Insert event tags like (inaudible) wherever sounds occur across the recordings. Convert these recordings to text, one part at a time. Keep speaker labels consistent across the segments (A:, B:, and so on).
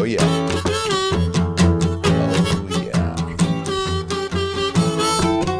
A: Oh,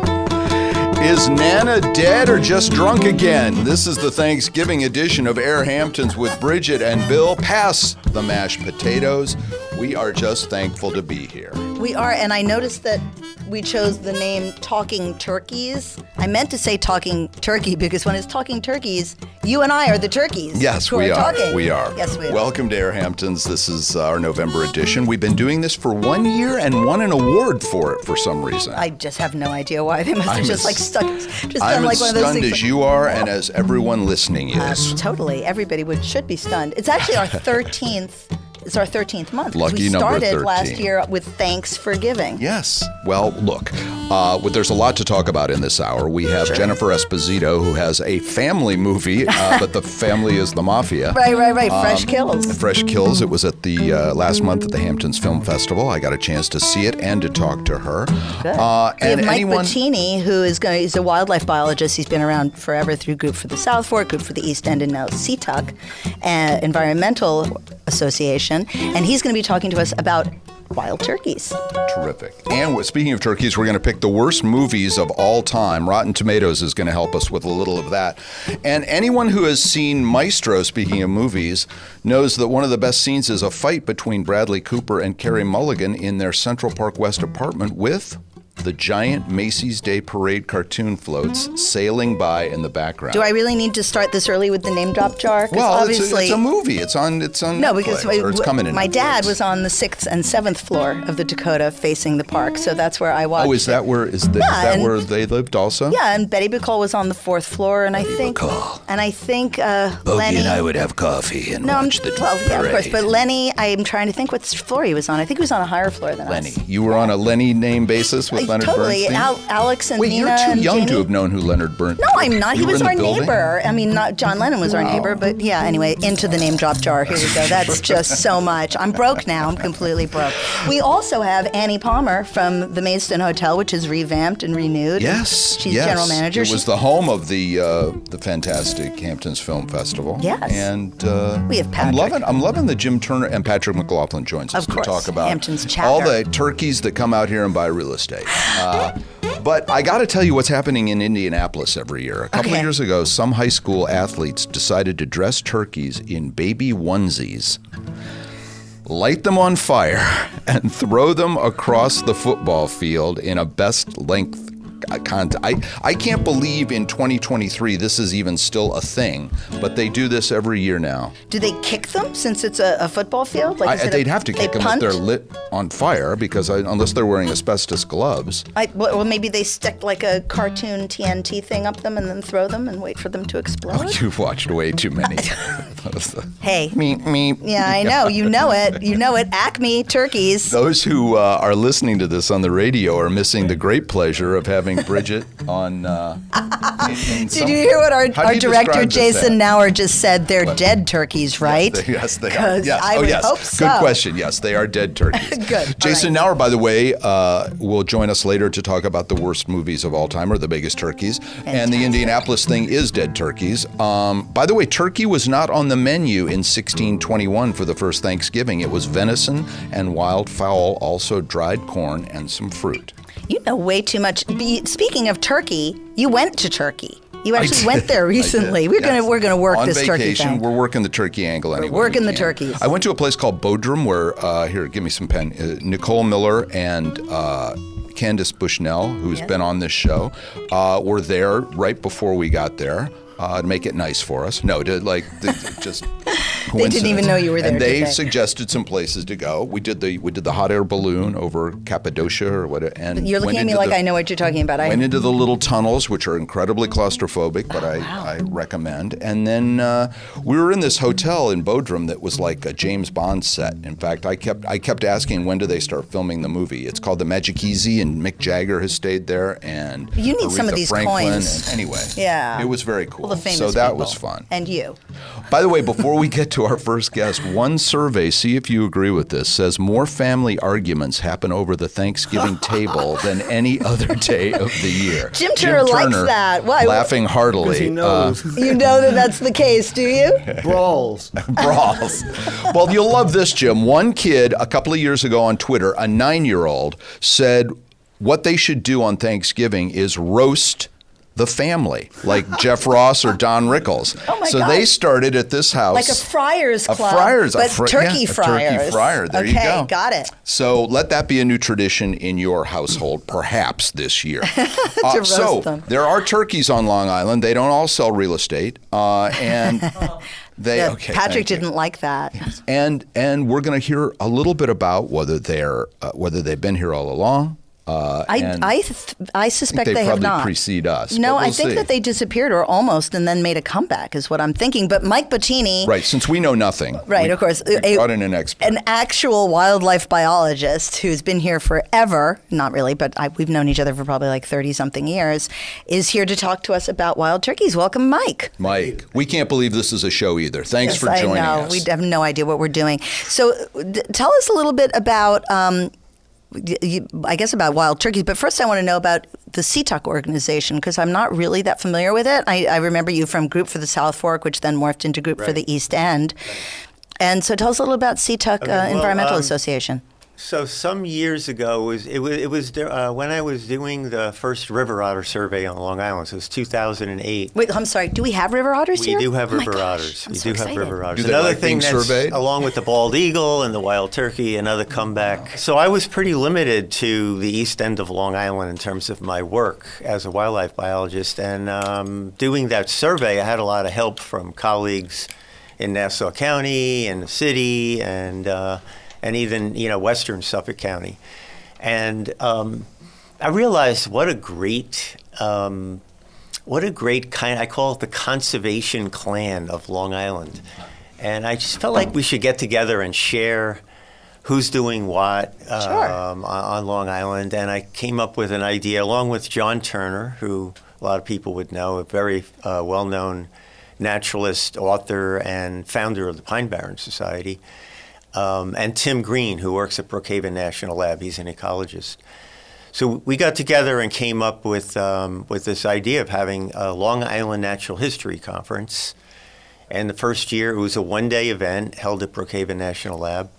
A: Oh, Is Nana dead or just drunk again? This is the Thanksgiving edition of Air Hamptons with Bridget and Bill. Pass the mashed potatoes. We are just thankful to be here.
B: We are, and I noticed that we chose the name Talking Turkeys. I meant to say Talking Turkey because when it's Talking Turkeys, you and I are the turkeys.
A: Yes,
B: who
A: we are.
B: Talking.
A: We are.
B: Yes, we are.
A: Welcome to Air Hamptons. This is our November edition. We've been doing this for one year and won an award for it for some reason.
B: I just have no idea why they must
A: I'm
B: have
A: as-
B: just like stuck, just done
A: I'm
B: like
A: as
B: one of those
A: stunned
B: things.
A: as you are, and as everyone listening is.
B: Um, totally, everybody would should be stunned. It's
A: (laughs)
B: actually our thirteenth. It's our thirteenth month. 'cause
A: Lucky
B: we
A: number
B: started last
A: 13.
B: year with Thanks for Giving.
A: Yes. Well, look, uh, well, there's a lot to talk about in this hour. We have Jennifer Esposito, who has a family movie,
B: (laughs)
A: uh, but the family is the mafia.
B: Right, right, right.
A: Um,
B: Fresh kills.
A: Fresh Kills. It was at the uh, last month at the Hamptons Film Festival. I got a chance to see it and to talk to her. Uh,
B: We have
A: and
B: Mike
A: anyone,
B: Bettini, who is going. He's a wildlife biologist. He's been around forever through Group for the South Fork, Group for the East End, and now SeaTuck uh, Environmental Association. And he's going to be talking to us about wild turkeys.
A: terrific. And we- speaking of turkeys, we're going to pick the worst movies of all time. Rotten Tomatoes is going to help us with a little of that. And anyone who has seen Maestro, speaking of movies, knows that one of the best scenes is a fight between Bradley Cooper and Carrie Mulligan in their Central Park West apartment with. The giant Macy's Day Parade cartoon floats sailing by in the background.
B: Do I really need to start this early with the name drop jar? 'Cause
A: Well, it's a-
B: obviously.
A: it's, a, movie. It's on. It's on.
B: no, because
A: Netflix,
B: my-
A: or it's coming in.
B: my dad
A: Netflix.
B: was on the sixth and seventh floor of the Dakota facing the park, so that's where I watched.
A: Oh, is that where is, the, is
B: Yeah,
A: that
B: and-
A: where they lived also?
B: Yeah, and Betty Bacall was on the fourth floor, and I think,
A: Bacall.
B: and I think uh, Lenny
A: would have coffee and
B: No, I'm, well, yeah, of course. But Lenny, I'm trying to think what floor he was on. I think he was on a higher floor than
A: Lenny,
B: us.
A: you were on a Lenny name basis with
B: Like,
A: Leonard
B: totally.
A: Bernstein.
B: Al- Alex and
A: Wait,
B: Nina
A: you're too
B: and
A: young
B: Jamie.
A: to have known who Leonard Bernstein.
B: No, I'm not. He
A: You were
B: was
A: in the
B: our
A: building?
B: neighbor. I mean, not John Lennon was our neighbor, but yeah. Anyway, into the name drop jar. Here we
A: (laughs)
B: go. That's just so much. I'm broke now. I'm completely broke. We also have Annie Palmer from the Maidstone Hotel, which is revamped and renewed.
A: Yes,
B: she's
A: yes.
B: general manager.
A: It
B: She-
A: was the home of the uh, the fantastic Hamptons Film Festival.
B: Yes.
A: and uh,
B: We have
A: I'm
B: Patrick.
A: loving I'm loving the Jim Turner and Patrick McLaughlin joins us
B: Of
A: to
B: course,
A: talk about
B: Hamptons chapter.
A: all the turkeys that come out here and buy real estate. Uh, But I got to tell you what's happening in Indianapolis every year. A couple
B: Okay.
A: of years ago, some high school athletes decided to dress turkeys in baby onesies, light them on fire, and throw them across the football field in a best length uh, contest. I, I can't believe in 2023 this is even still a thing, but they do this every year now.
B: Do they kick them since it's a, a football field? Like,
A: I,
B: is it a-
A: they'd have to
B: they
A: kick them if
B: punt?
A: they're lit on fire because I, unless they're wearing asbestos gloves.
B: I, well, well, maybe they stick like a cartoon TNT thing up them and then throw them and wait for them to
A: (laughs)
B: explode.
A: You've watched way too
B: (laughs)
A: many.
B: hey.
A: Oh, me, me.
B: Yeah, I know. You know it. You know it. Acme
A: (laughs)
B: turkeys.
A: Those who uh, are listening to this on the radio are missing the great pleasure of having Bridget on.
B: (laughs)
A: Uh, in- in some-
B: Did you hear what our,
A: How do
B: our
A: you
B: director
A: describe this
B: Jason
A: act?
B: Nauer just said? They're dead turkeys, right?
A: They- yes, they are.
B: 'Cause
A: Yes.
B: I
A: oh,
B: would
A: yes.
B: hope so.
A: Good question. Yes, they are dead turkeys.
B: (laughs) Good. All
A: Jason Nauer, by the way, uh, will join us later to talk about the worst movies of all time or the biggest turkeys. And the Indianapolis thing is dead turkeys. Um, by the way, turkey was not on the menu in 1621 for the first Thanksgiving. It was venison and wild fowl, also dried corn and some fruit.
B: You know way too much. Be, speaking of Turkey, you went to Turkey. You actually went there
A: I did,
B: recently. We're
A: yes.
B: gonna we're gonna work
A: On
B: this
A: vacation,
B: turkey thing.
A: We're working the turkey angle anyway. we
B: working the
A: can.
B: turkeys.
A: I went to a place called Bodrum where uh, here, give me some pen. Uh, Nicole Miller and uh, Candace Bushnell, who's been on this show, uh, were there right before we got there. Uh, to make it nice for us. No, to like (laughs) to- to just.
B: (laughs) They didn't even know you were there,
A: And
B: did
A: they
B: they?
A: suggested some places to go. We did the we did the hot air balloon over Cappadocia or whatever. And
B: You're
A: went
B: looking at me
A: into
B: like
A: the-
B: I know what you're talking about. I
A: went into the little tunnels, which are incredibly claustrophobic, but I, I recommend. And then uh, we were in this hotel in Bodrum that was like a James Bond set. In fact, I kept I kept asking when do they start filming the movie. It's called the Magic Easy, and Mick Jagger has stayed there. And
B: You need some of
A: Aretha
B: these
A: Franklin,
B: coins.
A: And anyway,
B: Yeah.
A: it was very cool.
B: all the famous
A: so that
B: people.
A: was fun.
B: And you.
A: By the way, before we get to our first guest, one survey, see if you agree with this, says more family arguments happen over the
B: (laughs)
A: Thanksgiving table than any other day of the year.
B: Jim Turner likes that. Why?
A: Laughing heartily. uh,
C: he knows
B: You know that that's the case, do you?
C: brawls.
A: (laughs) brawls. well, you'll love this, Jim. One kid a couple of years ago on Twitter, a nine year old, said what they should do on Thanksgiving is roast the family,
B: (laughs)
A: like Jeff Ross or Don Rickles.
B: Oh my
A: so
B: God.
A: they started at this house.
B: Like a friar's
A: A
B: club.
A: friar's- a
B: but
A: fri- yeah,
B: turkey
A: a turkey
B: friars.
A: fryer. There
B: okay,
A: you go.
B: got it.
A: So let that be a new tradition in your household, perhaps this
B: (laughs)
A: year. Uh,
B: roast
A: so
B: them.
A: there are turkeys on Long Island. They don't all sell real estate, uh,
B: (laughs)
A: and they.
B: Yeah,
A: okay,
B: Patrick
A: thank you.
B: didn't like that.
A: And and we're going to hear a little bit about whether they're uh, whether they've been here all along. Uh,
B: I,
A: and
B: I, th- I suspect
A: they
B: they, have
A: probably
B: not.
A: precede us,
B: No,
A: but
B: I
A: we'll
B: think
A: see.
B: that they disappeared or almost and then made a comeback, is what I'm thinking. But Mike Bottini.
A: right, since we know nothing.
B: (laughs) Right,
A: we-
B: of course.
A: We
B: A-
A: brought in an expert.
B: an actual wildlife biologist who's been here forever, not really, but I, we've known each other for probably like 30 something years, is here to talk to us about wild turkeys. Welcome, Mike.
A: Mike, we can't believe this is a show either. Thanks for
B: Yes,
A: joining
B: I know.
A: us.
B: We have no idea what we're doing. So d- tell us a little bit about. Um, y- y- I guess about wild turkeys, but first I want to know about the SeaTuck organization because I'm not really that familiar with it. I, I remember you from Group for the South Fork, which then morphed into Group for the East End. And so tell us a little about SeaTuck
C: Okay,
B: uh,
C: well,
B: Environmental
C: um,
B: Association.
C: So some years ago was it was it was uh, when I was doing the first river otter survey on Long Island. So it was 2008.
B: Wait, I'm sorry. Do we have river otters
C: We
B: here?
C: do have
B: Oh my
C: river
B: gosh,
C: otters.
B: I'm
C: we
B: so
C: do
B: excited.
C: have river otters.
A: Do they
C: another
A: like
C: thing
A: being
C: that's
A: surveyed?
C: along with the bald eagle and the wild turkey, another comeback. So I was pretty limited to the east end of Long Island in terms of my work as a wildlife biologist. And um, doing that survey, I had a lot of help from colleagues in Nassau County and the city, and uh, and even you know Western Suffolk County. And um, I realized what a great um, what a great kind. I call it the conservation clan of Long Island. And I just felt like we should get together and share who's doing what um,
B: Sure.
C: on, on Long Island. And I came up with an idea along with John Turner, who a lot of people would know, a very uh, well known naturalist, author, and founder of the Pine Barren Society, um, and Tim Green, who works at Brookhaven National Lab. He's an ecologist. So we got together and came up with um, with this idea of having a Long Island Natural History Conference. And the first year, it was a one day event held at Brookhaven National Lab,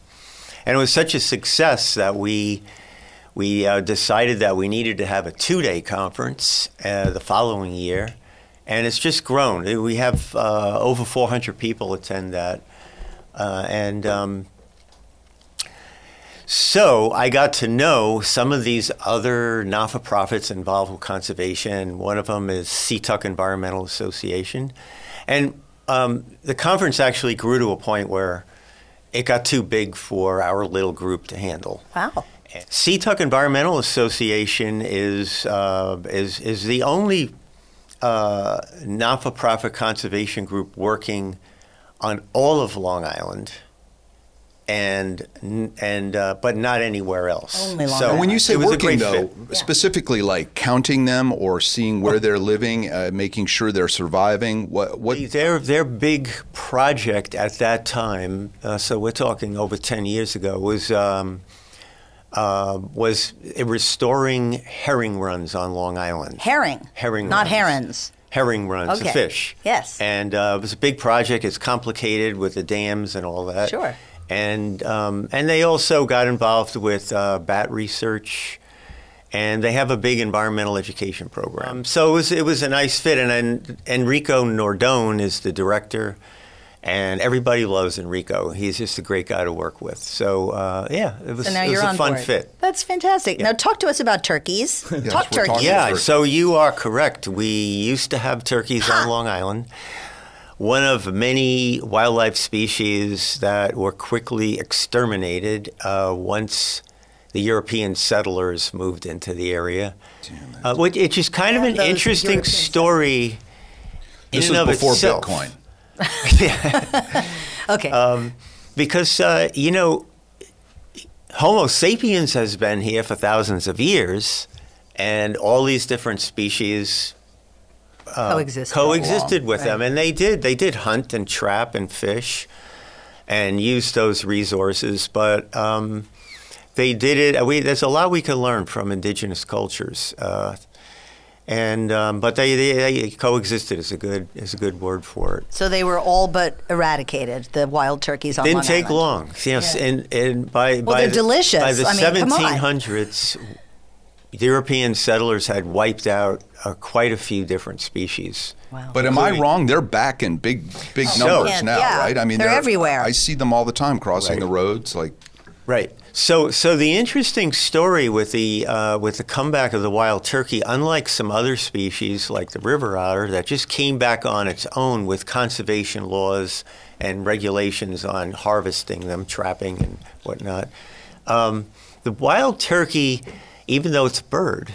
C: and it was such a success that we we uh, decided that we needed to have a two day conference uh, the following year, and it's just grown. We have uh, over 400 people attend that, uh, and um, so I got to know some of these other not-for-profits involved with conservation. One of them is SeaTuck Environmental Association, and um, the conference actually grew to a point where it got too big for our little group to handle.
B: Wow.
C: SeaTuck Environmental Association is uh, is is the only uh, not-for-profit conservation group working on all of Long Island, and and uh, but not anywhere else.
B: Only Long
C: so
B: Island.
A: when you say
C: it was a
A: working,
C: great
A: though,
C: fit.
A: specifically like counting them or seeing where they're living, uh, making sure they're surviving. What? What?
C: Their their big project at that time, uh, so we're talking over ten years ago, was um, uh, was restoring herring runs on Long Island.
B: Herring.
C: Herring
B: Not
C: runs.
B: herons.
C: Herring runs,
B: Okay.
C: the fish.
B: Yes.
C: And uh, it was a big project. It's complicated with the dams and all that.
B: Sure.
C: And um, and they also got involved with uh, bat research, and they have a big environmental education program. Um, so it was it was a nice fit. And, and Enrico Nordone is the director, and everybody loves Enrico. He's just a great guy to work with. So uh, yeah, it was,
B: So now
C: it was
B: you're
C: a
B: on
C: fun
B: board.
C: fit.
B: That's fantastic. Now talk to us about
C: (laughs)
B: turkeys. talk
A: we're
B: turkeys.
A: talking-
C: Yeah,
A: Sure.
C: so you are correct. We used to have turkeys on Long Island, one of many wildlife species that were quickly exterminated uh, once the European settlers moved into the area. Uh, which, it's just kind of
B: And
C: an
B: those
C: interesting
B: European
C: story. in
A: This
C: and
A: is
C: of
A: before
C: itself.
A: Bitcoin.
B: Okay.
C: Uh, because uh, you know homo sapiens has been here for thousands of years and all these different species uh,
B: Coexisted.
C: coexisted with them
B: Right.
C: and they did they did hunt and trap and fish and use those resources but um, they did it we, there's a lot we can learn from indigenous cultures uh, and um, but they, they, they coexisted is a good is a good word for it
B: so they were all but eradicated, the wild turkeys on
C: didn't
B: Long
C: take
B: Island.
C: long. Yes, and and by
B: Well,
C: by
B: they're
C: the,
B: delicious.
C: By the
B: I mean, come on.
C: 1700s, The European settlers had wiped out uh, quite a few different species.
B: Wow.
C: uh,
A: But am I wrong? They're back in big, big
B: Oh,
A: numbers
B: man,
A: now,
B: yeah.
A: right? I mean,
B: They're everywhere.
A: I see them all the time crossing
C: Right.
A: the roads. Like,
C: Right. So, so the interesting story with the uh, with the comeback of the wild turkey, unlike some other species like the river otter that just came back on its own with conservation laws and regulations on harvesting them, trapping, and whatnot, um, the wild turkey, even though it's a bird,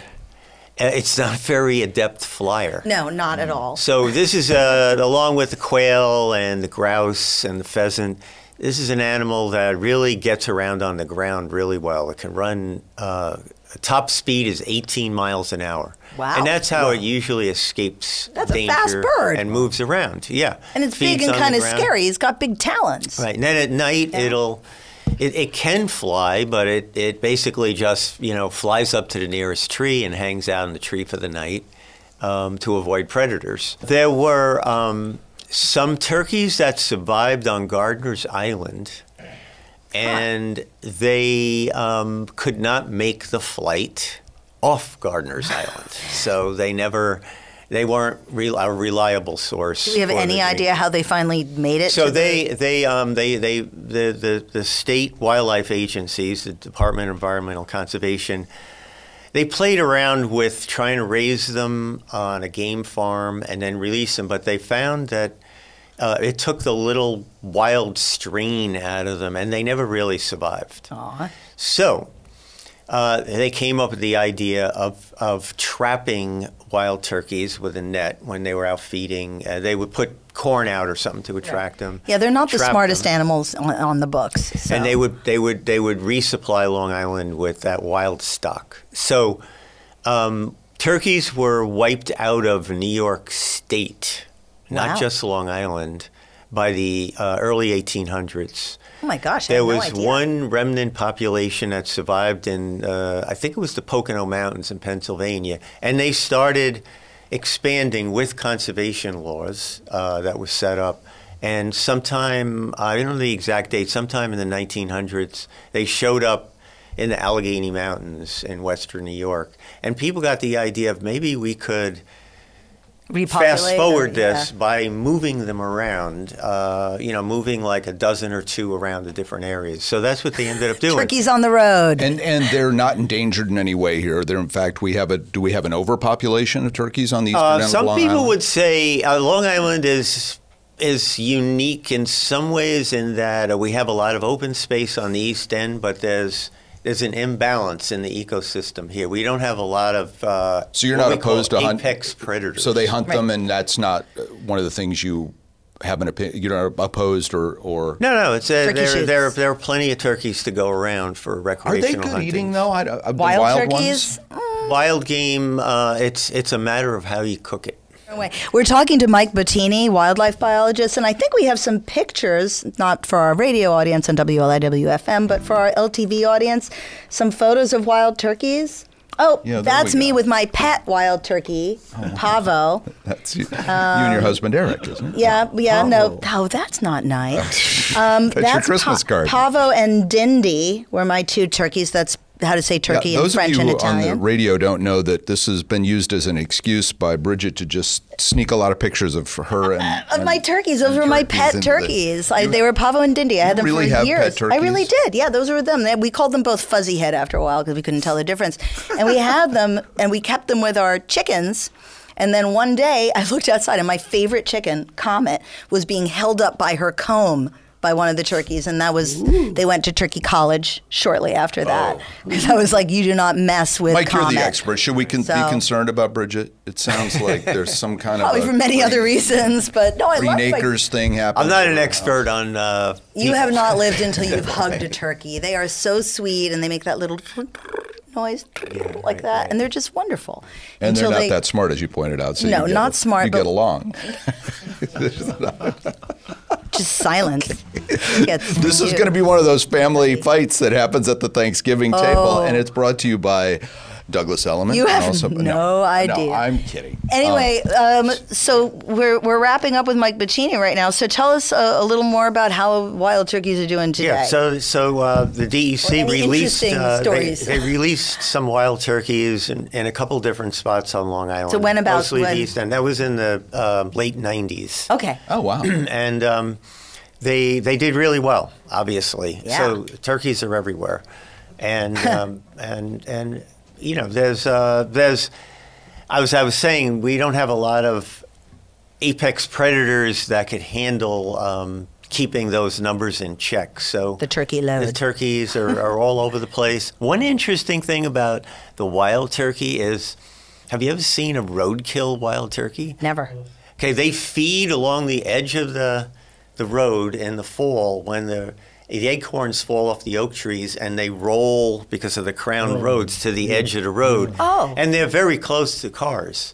C: uh, it's not (laughs) a very adept flyer.
B: No, not
C: Mm.
B: at all.
C: So this is uh, along with the quail and the grouse and the pheasant. This is an animal that really gets around on the ground really well. It can run. Uh, top speed is 18 miles an hour.
B: Wow.
C: And that's how it usually escapes
B: That's a
C: danger
B: fast bird.
C: and moves around. Yeah.
B: And it's
C: Feeds
B: big and
C: on the
B: kind of
C: ground.
B: scary. He's got big talons.
C: Right. And then at night,
B: Yeah.
C: it'll. It, it can fly, but it, it basically just you know flies up to the nearest tree and hangs out in the tree for the night um, to avoid predators. There were um, some turkeys that survived on Gardner's Island, and they um, could not make the flight
B: (laughs)
C: off Gardner's Island, so they never they weren't re- a reliable source.
B: Do we have
C: for
B: any
C: the-
B: idea how they finally made it?
C: so
B: to the-
C: they they um, they they the, the the state wildlife agencies, the Department of Environmental Conservation, they played around with trying to raise them on a game farm and then release them, but they found that. Uh, it took the little wild strain out of them, and they never really survived.
B: Aw.
C: So uh, they came up with the idea of, of trapping wild turkeys with a net when they were out feeding. Uh, they would put corn out or something to attract them.
B: Yeah, they're not the
C: trap
B: smartest
C: them.
B: animals on, on the books. So.
C: And they would they would they would resupply Long Island with that wild stock. So um, turkeys were wiped out of New York State,
B: Wow.
C: not just Long Island, by the uh, early 1800s.
B: Oh my gosh, I
C: There
B: had no
C: was
B: idea.
C: one remnant population that survived in, uh, I think it was the Pocono Mountains in Pennsylvania, and they started expanding with conservation laws uh, that were set up. And sometime, I don't know the exact date, sometime in the 1900s, they showed up in the Allegheny Mountains in western New York. And people got the idea of maybe we could
B: Repopulate
C: fast forward
B: them, yeah.
C: this by moving them around, uh, you know, moving like a dozen or two around the different areas. So that's what
B: (laughs)
C: they ended up doing.
B: Turkeys on the road.
A: and and they're not endangered in any way here. They're in fact we have a do we have an overpopulation of turkeys on the eastern
C: Uh,
A: end
C: some
A: of Long
C: people
A: Island?
C: would say uh, Long Island is is unique in some ways in that uh, we have a lot of open space on the east end, but there's there's an imbalance in the ecosystem here. We don't have a lot of uh,
A: So you're
C: what
A: not
C: we call
A: opposed to hunt-
C: apex predators.
A: So they hunt
B: Right.
A: them, and that's not uh, one of the things you have an opinion. You're not opposed or or.
C: No, no, it's uh
B: Turkey
C: there,
B: shoots.
C: there. There are plenty of turkeys to go around for
A: Are
C: recreational
A: they good
C: hunting.
A: eating though? I, don't- uh, the
B: wild,
A: wild
B: turkeys.
A: Ones?
C: Wild game, uh, it's it's a matter of how you cook it.
B: No way. We're talking to Mike Bottini, wildlife biologist, and I think we have some pictures, not for our radio audience on WLIWFM, but for our LTV audience, some photos of wild turkeys. Oh,
A: Yeah, there
B: that's
A: we
B: me
A: go. Oh,
B: with my pet wild turkey,
A: (laughs)
B: Pavo.
A: That's you, you and
C: Um,
A: your husband Eric, isn't it?
B: Yeah, yeah, no.
A: Pavo.
B: Oh, that's not nice.
A: (laughs)
B: Um,
A: That's your Christmas card.
B: Pavo and Dindy were my two turkeys. That's how to say turkey
A: Yeah,
B: in
A: those
B: French
A: of you
B: and
A: who
B: Italian.
A: on the radio don't know that this has been used as an excuse by Bridget to just sneak a lot of pictures of her and
B: of my
A: and-
B: turkeys. Those
A: and
B: were my
A: turkeys
B: pet
A: into the-
B: turkeys. I,
A: You-
B: they were Pavo and Dindy. I had them
A: really
B: for
A: have pet
B: years. I really
A: turkeys?
B: did. Yeah, those were them. They- We called them both Fuzzy Head after a while because we couldn't tell the difference. And we had them, and we kept them with our chickens. And then one day, I looked outside, and my favorite chicken, Comet, was being held up by her comb by one of the turkeys, and that was they went to Turkey College shortly after that because I was like, "You do not mess with
A: Oh. Mike,
B: Comet."
A: you're the expert. Should we con-
B: So-
A: be concerned about Bridget? It sounds like there's some kind
B: Probably
A: of a
B: for many other reasons, but no, I love my
A: Renakers thing happening.
C: I'm not an expert on. Uh,
B: You have
C: people.
B: not lived
A: (laughs)
B: until you've hugged a turkey. They are so sweet, and they make that little (laughs) noise like
C: right,
B: that,
C: right.
B: and they're just wonderful.
A: And they're
B: Until
A: not
B: they-
A: that smart, as you pointed out. So you
B: No,
A: get-
B: not smart,
A: You get
B: but-
A: along. (laughs)
B: Just silence. (laughs) It gets
A: This is
B: cute.
A: going to be one of those family fights that happens at the Thanksgiving table, and it's brought to you by Douglas Elliman.
B: Oh. You
A: and
B: have no idea.
A: I'm kidding.
B: Anyway,
A: Oh.
B: um, so we're, we're wrapping up with Mike Bacini right now. So tell us a, a little more about how wild turkeys are doing today.
C: Yeah, so so uh, the
B: Or
C: DEC
B: any
C: released
B: interesting
C: uh, they,
B: stories.
C: they released some wild turkeys in, in a couple different spots on Long Island.
B: So when about-
C: mostly
B: when?
C: the East End. That was in the uh, late '90s.
B: okay.
A: oh wow.
C: and um, they they did really well, obviously.
B: Yeah.
C: So turkeys are everywhere,
B: (laughs)
C: and um, and and you know there's uh, there's I was I was saying we don't have a lot of apex predators that could handle um, keeping those numbers in check. So
B: The turkey load.
C: The
B: (laughs)
C: turkeys are, are all over the place. One interesting thing about the wild turkey is. Have you ever seen a roadkill wild turkey? (laughs)
B: Never.
C: Okay, they feed along the edge of the the road in the fall when the the acorns fall off the oak trees and they roll because of the crown roads to the edge of the road.
B: Oh. Mm-hmm.
C: And they're very close to cars.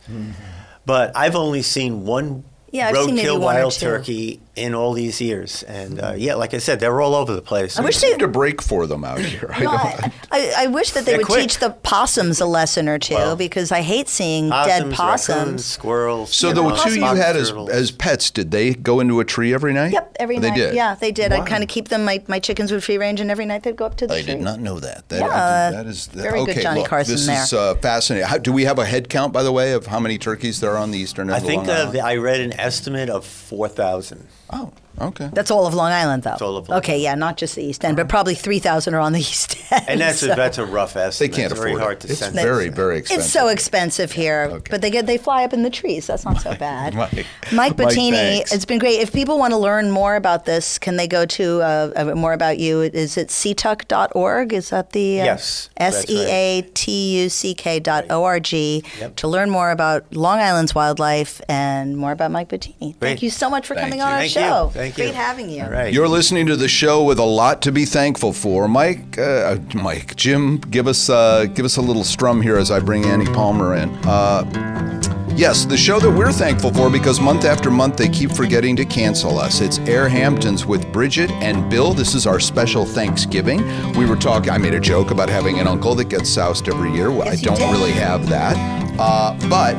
C: But I've only seen one
B: Yeah, I've seen maybe
C: roadkill
B: one or
C: wild
B: two.
C: turkey in all these years. And uh, yeah, like I said, they're all over the place.
B: I wish
A: They
B: they.
A: have to break for them out here. I
B: No,
A: don't-
B: I, I, I wish that they
C: They're
B: would
C: quick.
B: teach the possums a lesson or two because I hate seeing dead possums.
C: raccoons, squirrels.
A: So
C: you
A: the
C: know,
A: two you
C: box
A: had as,
C: turtles.
A: as pets, did they go into a tree every night? Oh,
B: Yep, every
A: they
B: night.
A: Did.
B: Yeah, they did.
A: Wow.
B: I'd kind of keep them. My, my chickens would free range, and every night they'd go up
C: Oh,
B: to the
A: I
B: tree.
A: did not know that. That,
B: Yeah.
A: that is that,
B: Very good
A: okay,
B: Johnny
A: look,
B: Carson
A: This
B: there.
A: is uh, fascinating. How, do we have a head count, by the way, of how many turkeys there are on the eastern end
C: I
A: of
C: think
A: Long
C: that
A: Island?
C: I read an estimate of 4,000.
A: Oh, okay.
B: That's all of Long Island, though.
C: all of Long
B: okay, yeah, not just the East End, but probably three thousand are on the (laughs) East End.
A: (laughs)
C: And that's
B: so-
C: a, that's a rough
A: they
C: estimate.
A: can't
C: it's
A: afford
C: very hard
A: it.
C: to
A: it's
C: sense.
A: very, very expensive.
B: It's so expensive here,
A: Okay.
B: but they get they fly up in the trees. That's not so bad.
A: Mike. Mike,
B: Mike Bettini,
A: thanks.
B: it's been great. If people want to learn more about this, can they go to uh, uh, more about you? Is it ctuck.org? Is that the uh,
C: Yes, that's
B: S
C: right.
B: E A T U C K dot O R G
C: Yep.
B: to learn more about Long Island's wildlife and more about Mike Bettini. Thank
C: Great.
B: you so much for
A: Thank
B: coming
A: you.
B: on our
C: Thank
B: show.
C: you. Thank you.
B: Great having you.
C: All right.
A: You're listening to the show with a lot to be thankful for. Mike, uh, Mike, Jim, give us uh, give us a little strum here as I bring Annie Palmer in. Uh, yes, the show that we're thankful for because month after month they keep forgetting to cancel us. It's Air Hamptons with Bridget and Bill. This is our special Thanksgiving. We were talking. I made a joke about having an uncle that gets soused every year. Well,
B: Yes,
A: I
B: you
A: don't
B: did.
A: really have that. Uh, but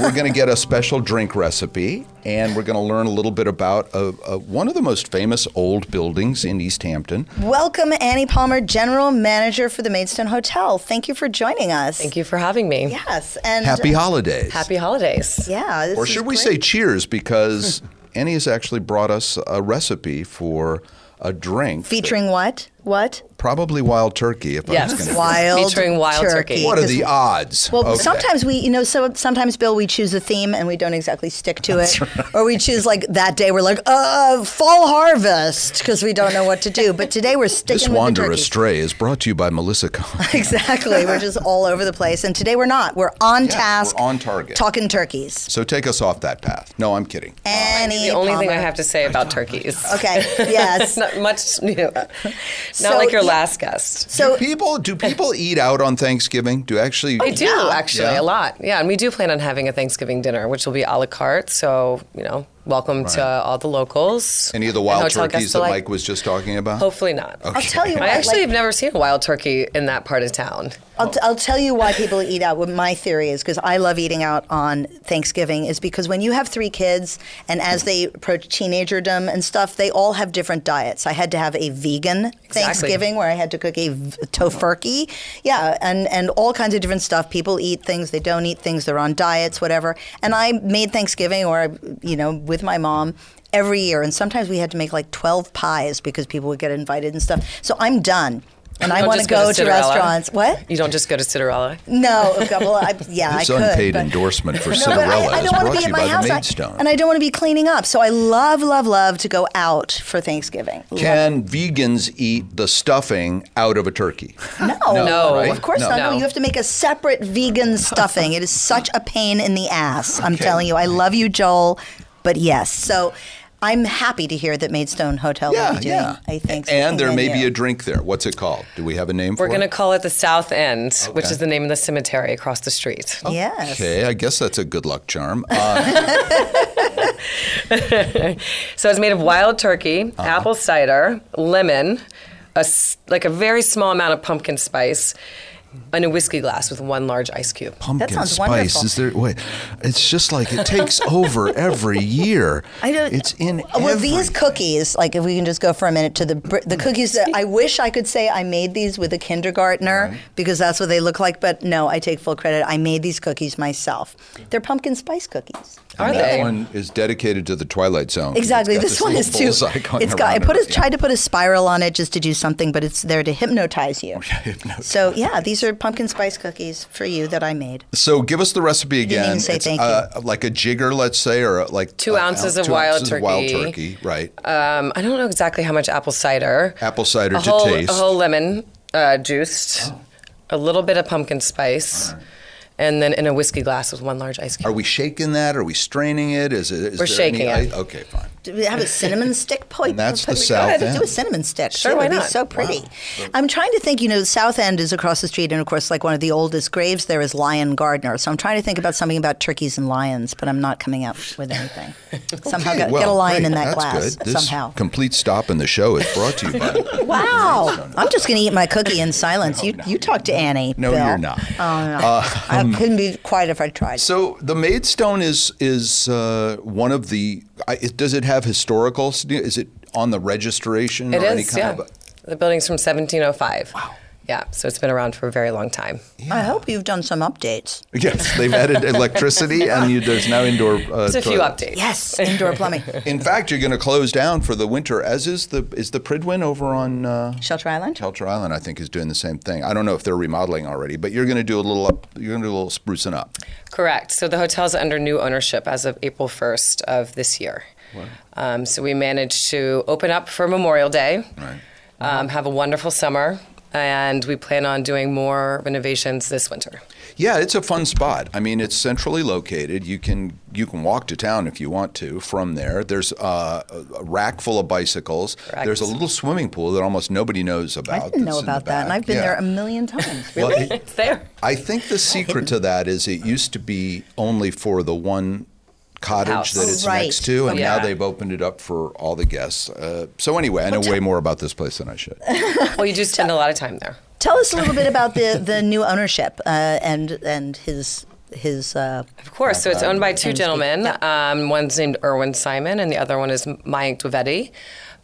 A: we're going to get a special drink recipe, and we're going to learn a little bit about uh, uh, one of the most famous old buildings in East Hampton.
B: Welcome, Annie Palmer, General Manager for the Maidstone Hotel. Thank you for joining us.
D: Thank you for having me.
B: Yes, and
A: Happy holidays.
D: Happy holidays.
B: Yeah, this
A: or
B: is
A: should we
B: great.
A: say cheers?
B: (laughs)
A: Because Annie has actually brought us a recipe for a drink. that-
B: featuring what? What?
A: probably wild turkey, if I was
D: Yes.
A: going to.
B: Wild
D: Featuring wild turkey.
A: What are
B: Because-
A: the odds?
B: Well,
A: Okay.
B: sometimes we, you know, so sometimes Bill, we choose a theme and we don't exactly stick to it, or we choose like that day we're like, uh, fall harvest because we don't know what to do. But today we're sticking
A: This
B: with the
A: Wander
B: turkey.
A: Astray is brought to you by Melissa Cohen.
B: (laughs) exactly, we're just all over the place, and today we're not. We're on
A: we're
B: task,
A: on target.
B: talking turkeys.
A: so take us off that path. No, I'm kidding.
B: Annie,
D: The only thing I
B: Palmer.
D: have to say about turkeys. (laughs)
B: Okay. Yes.
D: it's not much new.
B: (laughs)
D: Not
B: So
D: like your
B: you-
D: last guest.
B: So
A: people do people eat out on Thanksgiving? Do actually?
D: We do actually
A: Yeah.
D: a lot. Yeah, and we do plan on having a Thanksgiving dinner, which will be a la carte. So you know, welcome to all the locals.
A: Any of the
D: and
A: wild
D: hotel
A: turkeys
D: guests
A: that
D: alike.
A: Mike was just talking about?
D: Hopefully not.
B: I'll tell you. What,
D: (laughs) I actually
B: like-
D: have never seen a wild turkey in that part of town.
B: I'll, t- I'll tell you why people eat out. What my theory is, because I love eating out on Thanksgiving, is because when you have three kids and as they approach teenagerdom and stuff, they all have different diets. I had to have a vegan Thanksgiving where I had to cook a v- tofurkey. Yeah, and, and all kinds of different stuff. People eat things, they don't eat things, they're on diets, whatever. And I made Thanksgiving or, you know, with my mom every year. And sometimes we had to make like 12 pies because people would get invited and stuff. So I'm done. And I
D: Don't
B: want to
D: just go
B: go
D: to
B: to
D: Cinderella.
B: restaurants. What?
D: You don't just go to Cinderella.
B: No, okay, well, I, (laughs) yeah,
A: This
B: I could.
A: unpaid
B: but-
A: endorsement for
B: (laughs) No, but I-
A: Cinderella
B: I,
A: is
B: don't
A: brought
B: want to
A: to
B: be
A: you
B: at
A: by
B: my house,
A: the
B: I-
A: Maidstone.
B: and I don't want to be cleaning up. So I love, love, love to go out for Thanksgiving.
A: Can vegans eat the stuffing out of a turkey?
B: No,
D: No, right?
B: of course
A: Oh, No.
B: not. No.
D: No.
B: you have to make a separate vegan stuffing. It is such a pain in the ass. I'm telling you, I love you, Joel, but yes. So. I'm happy to hear that Maidstone Hotel will be doing a Thanksgiving
A: And there may be
B: menu.
A: a drink there. What's it called? Do we have a name for
D: We're
A: it?
D: going to call it the South End, which
A: Okay.
D: is the name of the cemetery across the street.
B: Yes.
A: Okay, I guess that's a good luck
B: (laughs)
A: charm. Uh,
D: So it's made of wild turkey,
A: Uh-huh.
D: apple cider, lemon, a s like a very small amount of pumpkin spice, in a whiskey glass with one large ice cube.
A: Pumpkin
B: sounds
A: spice
B: wonderful.
A: is there? Wait, it's just like it takes over every year.
B: I don't.
A: It's in
B: Well, these
A: everything.
B: cookies, like if we can just go for a minute to the br- the
A: Mm.
B: cookies that I wish I could say I made these with a kindergartner because that's what they look like. But no, I take full credit. I made these cookies myself. They're pumpkin spice cookies.
D: Are
A: that
D: they?
A: one is dedicated to the Twilight Zone.
B: Exactly.
A: It's got
B: This, one
A: little
B: is too.
A: bullseye going
B: It's got. I
A: around
B: put a,
A: it. Yeah.
B: tried to put a spiral on it just to do something, but it's there to hypnotize
A: (laughs)
B: you. So yeah, these are pumpkin spice cookies for you that I made.
A: So give us the recipe
B: didn't
A: again.
B: even say
A: it's,
B: thank
A: uh, Like a jigger, let's say, or like
D: Two
A: a
D: ounces
A: ounce-
D: of
A: two
D: wild
A: ounces of wild
D: turkey.
A: turkey, right?
D: Um, I don't know exactly how much apple cider.
A: Apple cider
D: a
A: to
D: whole,
A: taste. Oh.
D: A whole lemon uh, juiced, a little bit of pumpkin spice, and then in a whiskey glass with one large ice cube.
A: Are we shaking that? Are we straining it? Is it? Is
D: We're
A: there
D: shaking
A: any,
D: it.
A: I- okay, fine.
B: Do we have
A: (laughs)
B: a cinnamon stick point?
A: And that's the
B: we
A: South
B: could
A: End.
B: Do a cinnamon stick.
D: Sure,
B: It
D: why
B: would
D: not?
B: Be so pretty. I'm trying to think. You know, the South End is across the street, and of course, like one of the oldest graves there is Lion Gardner. So I'm trying to think about something about turkeys and lions, but I'm not coming up with anything. Somehow
A: Okay,
B: get,
A: well,
B: get a lion
A: great.
B: in that
A: That's
B: glass
A: good. This
B: somehow.
A: complete stop in the show is brought to you
B: (laughs)
A: by.
B: Wow! I'm just going to eat my cookie in silence. you you talk to Annie.
A: No,
B: Bill.
A: you're not. Uh, um,
B: Oh, no. I couldn't be quiet if I tried.
A: So the Maidstone is is uh, one of the. I, it, does it have historical? signi- Is it on the registration?
D: It
A: or any
D: is,
A: kind
D: yeah.
A: Of,
D: the building's from 1705. Wow. Yeah, so it's been around for a very long time.
B: I hope you've done some updates.
A: yes, they've
D: (laughs)
A: added electricity, and you, there's now indoor. Uh,
D: There's a few
A: toilets.
D: updates.
B: Yes, indoor plumbing.
A: In fact, you're going to close down for the winter, as is the is the Pridwin over on uh,
B: Shelter Island.
A: Shelter Island. I think is doing the same thing. I don't know if they're remodeling already, but you're going to do a little up. You're going to do a little sprucing up.
D: Correct. So the hotel's under new ownership as of April 1st of this year. Um, so we managed to open up for Memorial Day,
A: Right.
D: um, have a wonderful summer, and we plan on doing more renovations this winter.
A: Yeah, it's a fun spot. I mean, it's centrally located. You can you can walk to town if you want to from there. There's uh, a a rack full of bicycles.
D: Correct.
A: There's a little swimming pool that almost nobody knows about.
B: I didn't
A: that's
B: know
A: in the
B: about that, and
A: back.
B: I've been
A: Yeah.
B: there a million times. (laughs)
A: Well,
B: Really?
A: it-
D: (laughs) It's there.
A: I think the secret to that is it used to be only for the one cottage
D: House.
A: that it's
B: Oh, Right.
A: next to, and
D: Okay.
A: now
D: Yeah.
A: they've opened it up for all the guests. Uh, so anyway, I know way more about this place than I should.
D: Well, you do spend a lot of time there.
B: Tell us a little bit about the, the new ownership uh, and and his his. Uh,
D: Of course. So it's owned by two
B: Sounds good.
D: gentlemen. Um, one's named Erwin Simon, and the other one is Mayank Dwivedi.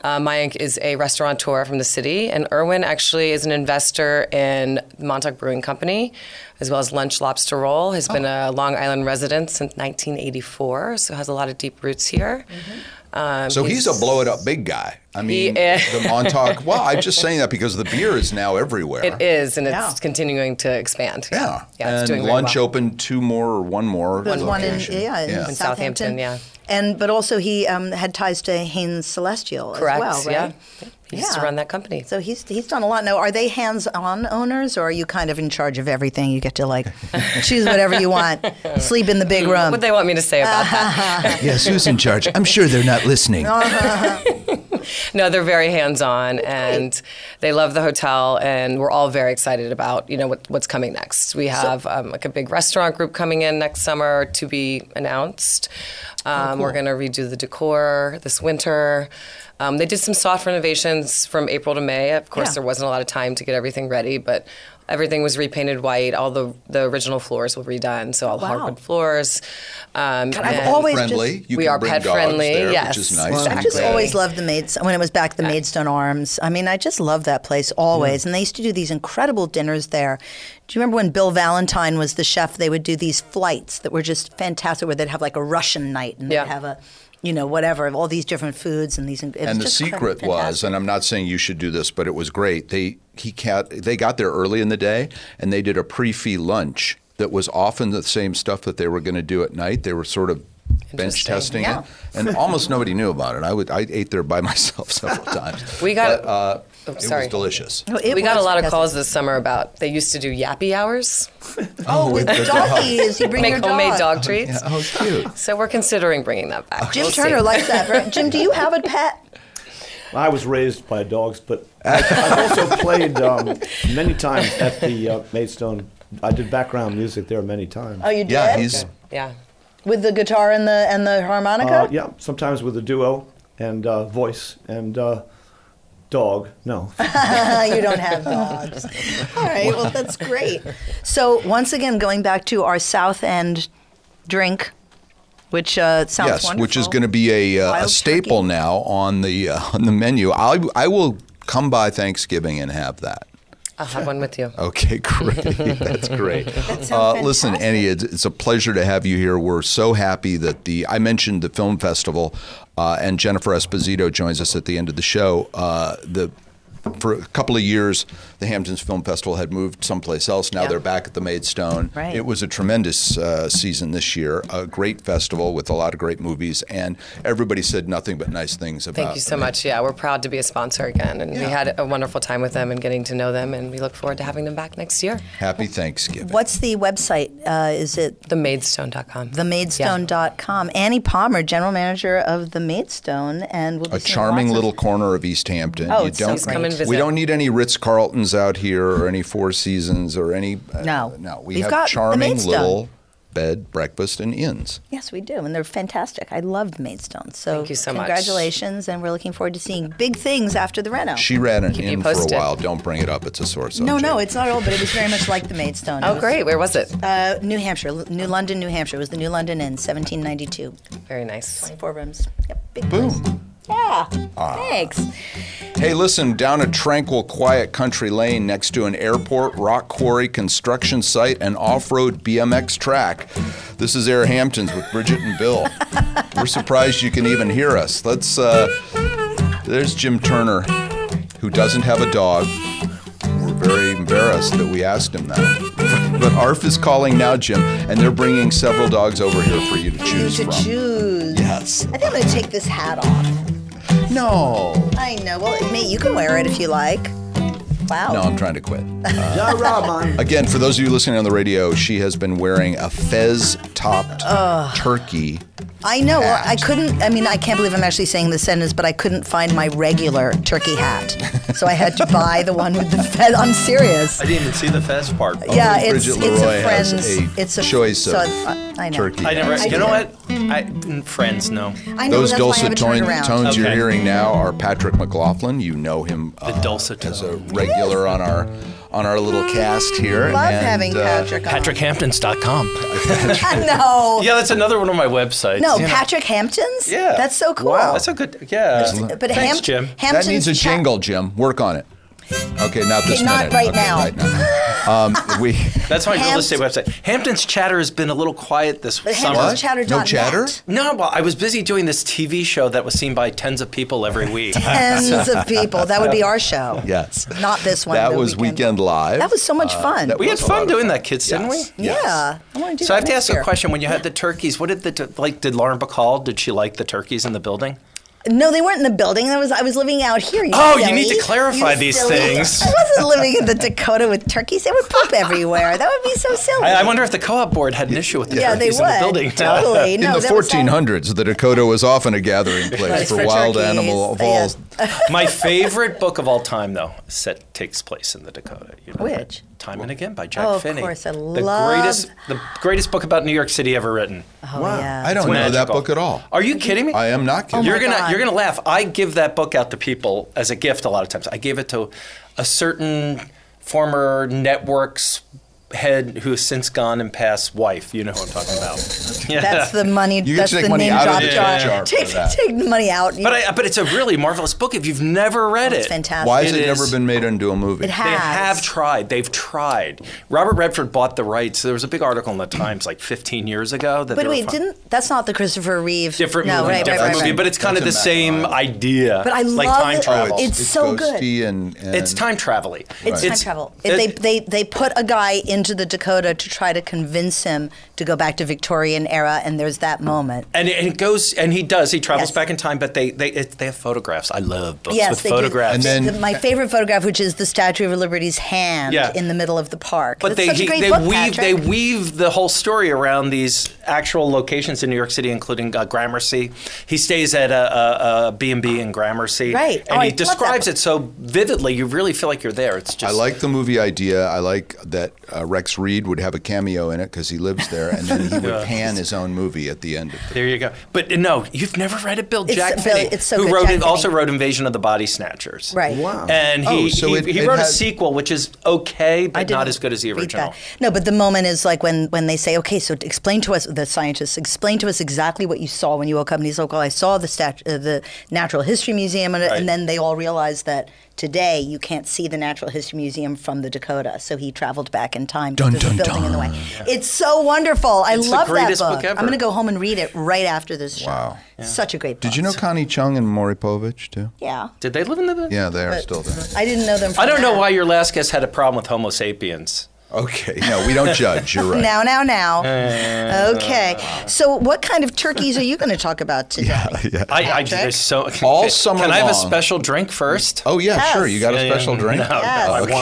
D: Uh, Mayank is a restaurateur from the city, and Erwin actually is an investor in Montauk Brewing Company, as well as Lunch Lobster Roll. Has been
B: Oh.
D: a Long Island resident since 1984, so has a lot of deep roots here.
B: Mm-hmm.
D: Um,
A: So he's, a blow it up big guy. I mean,
D: is.
A: the Montauk.
D: (laughs)
A: Well, I'm just saying that because the beer is now everywhere.
D: It is, and it's
B: Yeah.
D: continuing to expand.
A: Yeah.
D: yeah, it's
A: and
D: doing very
A: lunch
D: well.
A: opened two more or one more.
B: There's one in
A: location.
B: yeah in
A: yeah.
D: In
B: Southampton.
D: Southampton, yeah.
B: And but also he um, had ties to Haynes Celestial as
D: Correct.
B: well,
D: yeah.
B: right?
D: Yeah. He used to
B: Yeah.
D: run that company.
B: So he's he's done a lot. Now, are they hands-on owners, or are you kind of in charge of everything? You get to like (laughs) choose whatever you want, sleep in the big room.
D: what they want me to
B: (laughs)
D: say about that?
A: yes, who's in charge? I'm sure they're not listening.
B: (laughs)
D: No, they're very
B: Oh,
D: hands-on, and they love the hotel, and we're all very excited about you know what, what's coming next. We have um, like a big restaurant group coming in next summer to be announced.
B: Oh,
D: Um, We're going to redo the decor this winter. Um, they did some soft renovations from April to May. Of course,
B: Yeah.
D: there wasn't a lot of time to get everything ready, but everything was repainted white. All the the original floors were redone, so all the
B: Wow.
D: hardwood floors. Um,
B: I've
D: and-
B: always just-
A: friendly. You
D: We
A: can
D: are
A: bring
D: pet
A: dogs
D: friendly,
A: There,
D: yes,
A: Which is nice.
D: exactly.
B: I just
A: Okay.
B: always loved the maids when it was back the Maidstone Arms. I mean, I just loved that place always, and they used to do these incredible dinners there. Do you remember when Bill Valentine was the chef? They would do these flights that were just fantastic, where they'd have like a Russian night and
D: Yeah.
B: they'd have a, you know, whatever, all these different foods and these. It was
A: and the
B: just kind of
A: secret was,
B: fantastic.
A: and I'm not saying you should do this, but it was great. They he cat, they got there early in the day, and they did a pre-fee lunch that was often the same stuff that they were going to do at night. They were sort of bench
D: Interesting.
A: testing
B: Yeah.
A: it, and
B: (laughs)
A: almost nobody knew about it. I would I ate there by (laughs) myself several times.
D: We got-
A: But, uh,
B: Oh,
A: it
D: sorry.
A: was delicious.
B: No, Oh, it
D: we got a
B: was
D: lot of
B: fantastic.
D: calls this summer about they used to do yappy hours,
A: Oh, with the dog.
B: Doggies, you (laughs) bring
D: make
B: your
D: homemade
B: dog.
D: dog treats.
A: Yeah, oh, cute.
D: So we're considering bringing that back.
B: Jim
D: We'll see.
B: Turner likes that. Right? Jim, do you have a pet?
E: I was raised by dogs, but I- I've
C: (laughs)
E: also played um, many times at the uh, Maidstone. I did background music there many times.
B: Oh, (laughs) you
A: (laughs)
B: did.
A: Yeah, he's
D: Yeah.
B: with the guitar and the and the harmonica.
E: Uh, yeah, sometimes with a duo and uh, voice and uh, dog.
C: (laughs)
E: No.
B: (laughs) you don't have dogs. All right, well, that's great. So, once again, going back to our South End drink, which uh, sounds
A: yes,
B: wonderful.
A: which is going to be a, uh, a
B: Wild
A: staple
B: turkey.
A: now on the uh, (laughs) on the menu. I I will come by Thanksgiving and have that.
D: I'll have one with you.
A: Okay, (laughs) great. That's great.
B: sounds
A: uh, listen,
B: fantastic.
A: Annie, it's, it's a pleasure to have you here. We're so happy that the I mentioned the film festival, uh, and Jennifer Esposito joins us at the end of the show. Uh, the for a couple of years, the Hamptons Film Festival had moved someplace else. Now
D: Yeah.
A: they're back at the Maidstone.
B: Right.
A: It was a tremendous uh, season this year. A great festival with a lot of great movies, and everybody said nothing but nice things about.
D: Thank you so much. Yeah, we're proud to be a sponsor again, and we
A: Yeah.
D: had a wonderful time with them and getting to know them, and we look forward to having them back next year.
A: Happy Thanksgiving.
B: What's the website? Uh, is it
D: TheMaidstone.com.
B: themaidstone.com? Annie Palmer, general manager of the Maidstone, and we'll be
A: a
B: seeing
A: charming
B: lots of-
A: little corner of East Hampton.
B: Oh, it's so Please
D: come great. and
A: We
D: visit.
A: don't need any Ritz Carltons out here or any Four Seasons or any. uh,
B: No.
A: no. We
B: We've
A: have
B: got the
A: charming
B: Maidstone.
A: little bed, breakfast, and inns.
B: Yes, we do, and they're fantastic. I love the Maidstone. So
D: Thank you so much.
B: congratulations, and we're looking forward to seeing big things after the Reno.
A: She ran an
D: you
A: inn for a
D: posted.
A: while. Don't bring it up. It's a sore subject.
B: no, no, it's not old, but it was very much like the Maidstone. It
D: Oh,
B: was,
D: great. Where was it?
B: Uh, New Hampshire, L- New London, New Hampshire. It was the New London Inn, 1792.
D: Very nice.
B: Four rooms. Yep, big place.
A: Boom.
B: Yeah.
A: Ah,
B: Thanks.
A: Hey, listen, down a tranquil, quiet country lane next to an airport, rock quarry, construction site, and off road BMX track. This is Air Hamptons with Bridget and (laughs) Bill. We're surprised you can even hear us. Let's, uh, there's Jim Turner, who doesn't have a dog. We're very embarrassed that we asked him that. But ARF is calling now, Jim, and they're bringing several dogs over here for you to
B: You
A: choose
B: to
A: from.
B: choose.
A: Yes.
B: I think I'm going to take this hat off.
A: No.
B: I know. Well, mate, you can wear it if you like. Wow.
A: No, I'm trying to quit.
E: Ja Rahman.
A: Again, for those of you listening on the radio, she has been wearing a fez topped turkey.
B: I know. Well, I
A: hat.
B: couldn't. I mean, I can't believe I'm actually saying this sentence, but I couldn't find my regular turkey hat, so I
A: (laughs)
B: had to buy the one with the fez. I'm serious.
C: I didn't even see the fest part.
B: Yeah,
A: Only
B: it's
A: Oh, Bridget
B: it's
A: Leroy
B: a
A: has
B: friend's.
A: a
B: it's a
A: choice
B: so
A: of
B: I- I know.
A: turkey.
F: I never.
B: I
F: you know
B: did.
F: what? I mm, friends no.
B: I know
A: Those
B: that's why I
A: dulcet
B: haven't turned
A: tone,
B: around.
A: tones you're
F: Okay.
A: hearing now are Patrick McLaughlin. You know him uh,
F: The dulcet
A: as a
F: tone.
A: regular on our on our little cast here.
B: Mm, Love
A: and,
B: having
A: uh,
B: Patrick. on.
F: PatrickHamptons.com.
B: (laughs) no.
F: yeah, that's another one of my websites.
B: No,
F: you know.
B: Patrick Hamptons.
F: Yeah.
B: That's so cool.
F: Wow, (laughs) that's a good. Yeah.
B: But
F: Thanks,
B: Ham-
F: Jim.
B: Hamptons
A: That needs a
B: Cha-
A: jingle, Jim. Work on it. Okay, not this
B: Okay, not
A: minute.
B: right
A: Okay,
B: now.
A: Right
B: (laughs)
A: now. um, we.
F: That's my real
B: Hampt-
F: estate website. Hampton's chatter has been a little quiet this
B: But
F: summer.
B: Hamptons Chatter.
A: No chatter?
F: No, well, I was busy doing this TV show that was seen by tens of people
B: (laughs)
F: every week.
B: Tens of people. That would be our show.
A: Yes.
B: Not this one.
A: That
B: the
A: was Weekend Live.
B: That was so much fun.
A: that
F: we had
A: was a lot
F: fun
A: of
F: doing
A: fun.
F: Uh, that, kids, didn't
A: Yes.
F: we?
B: yeah.
A: Yes.
B: I want to do
F: So
B: that
F: I have to
B: next
F: ask a
B: year.
F: question. When you had the turkeys, what did the like? Did Lauren Bacall? Did she like the turkeys in the building?
B: No, they weren't in the building. That was I was living out here. You
F: Oh, you
B: silly.
F: need to clarify
B: You
F: these
B: silly.
F: things.
B: (laughs) I wasn't living in the Dakota with turkeys. They would poop everywhere. That would be so silly.
F: I, I wonder if the co-op board had an issue with the
B: Yeah, they
F: turkeys
B: would.
F: in the building. (laughs)
B: Totally. No,
A: In the
B: that was all-
A: 1400s, the Dakota was often a gathering place
B: Place
A: for
B: for
A: wild
B: turkeys.
A: animal of all.
B: Yeah.
F: My favorite book of all time, though, set takes place in the Dakota. You know,
B: Which?
F: Time and Again by Jack
B: Oh, of
F: Finney.
B: course, I
F: the
B: loved-
F: greatest, the greatest book about New York City ever written.
B: Oh, yeah.
A: I don't know that
F: magical.
A: book at all.
F: Are you kidding me?
A: I am not kidding.
F: you're gonna
B: God.
F: you're gonna laugh. I give that book out to people as a gift a lot of times. I gave it to a certain former networks head who has since gone and passed wife. You know who I'm talking about. Yeah.
B: That's the money.
A: You get
B: that's
A: to take
B: the
A: money
B: name
A: out of
B: drop
A: the
B: jar.
A: jar for
B: Take,
A: that.
B: take the money out.
F: but I, but it's a really marvelous book if you've never read it.
B: it's fantastic.
A: Why has it,
F: It
A: never
F: is-
A: been made into a movie?
B: It has.
F: They have tried. They've tried. Robert Redford bought the rights. There was a big article in the Times like 15 years ago that.
B: But
F: they were
B: wait,
F: fi-
B: didn't that's not the Christopher Reeve?
F: different
B: no,
F: movie,
B: right,
F: different
B: right, right,
F: movie,
B: right.
F: but it's kind of the
A: Doesn't matter.
F: same idea.
B: But I
F: like
B: love
F: time
B: it.
F: travel.
B: Oh, it's so
A: ghosty
B: good.
A: And, and
F: It's time travel It's
B: It's time travel. If
F: it-
B: they, they they put a guy into the Dakota to try to convince him to go back to Victorian era, and there's that moment.
F: and it and it goes, and he does. He travels
B: Yes.
F: back in time, but they they it, they have photographs. I love books
B: Yes,
F: with
B: they
F: photographs.
A: And
B: do.
A: then-
B: The- my favorite photograph, which is the Statue of Liberty's hand
F: Yeah.
B: in the middle of the park.
F: but
B: That's
F: they
B: such a
F: he-
B: great
F: they
B: book,
F: weave
B: Patrick.
F: they weave the whole story around these actual locations in New York City, including uh, Gramercy. He stays at a B and B in Gramercy,
B: Right.
F: And
B: Oh, I love
F: he
B: that
F: describes
B: book.
F: it so vividly, you really feel like you're there. It's just
A: I like the movie idea. I like that uh, Rex Reed would have a cameo in it because he lives there, and
F: (laughs)
A: then he would pan his own movie at the end of the.
F: There you go. But uh, no, you've never read it, Bill
B: It's
F: Jack
B: Bill-
F: Finney,
B: it's so
F: who
B: good,
F: wrote
B: Jack
F: it, also
B: Finney.
F: wrote Invasion of the Body Snatchers.
B: Right.
E: Wow.
F: And
A: Oh,
F: he
A: so
F: he,
A: it-
F: he
A: it
F: wrote a
A: has-
F: sequel which is okay,
B: I
F: but not
B: didn't
F: as good as the
B: read
F: original.
B: that. No, but the moment is like when when they say, "Okay, so explain to us," the scientists explain to us exactly what you saw when you woke up, and he's like, "Well, I saw the stat- uh, the Natural History Museum," and,
F: Right.
B: and then they all realize that today you can't see the Natural History Museum from the Dakota, so he traveled back in time
A: Dun,
B: because there's a
A: dun,
B: building in the way.
A: dun.
B: It's so wonderful. I
F: It's the
B: love that
F: greatest
B: book.
F: book ever.
B: I'm gonna go home and read it right after this show.
A: Wow.
B: Such a great book.
A: Did you know Connie Chung and Maury Povich too?
B: Yeah.
F: Did they live in the?
A: Yeah, they are
B: But
A: still
F: (laughs)
A: there.
B: I didn't know them. From
F: I don't know
B: that.
F: why your last guest had a problem with Homo sapiens.
A: Okay, no, we don't judge. You're
F: (laughs)
A: right. (laughs)
B: Now, now,
F: Uh,
B: now. Okay. So, what kind of turkeys are you going to talk about
F: (laughs)
B: today?
F: I, I
B: Patrick?
F: there's so
A: All summer
F: Can I have a
A: long.
F: special drink first?
A: Oh yeah,
B: Yes.
A: sure. You got a
F: Yeah, yeah,
A: special
F: mm,
A: drink.
F: no.
B: Yes,
F: I want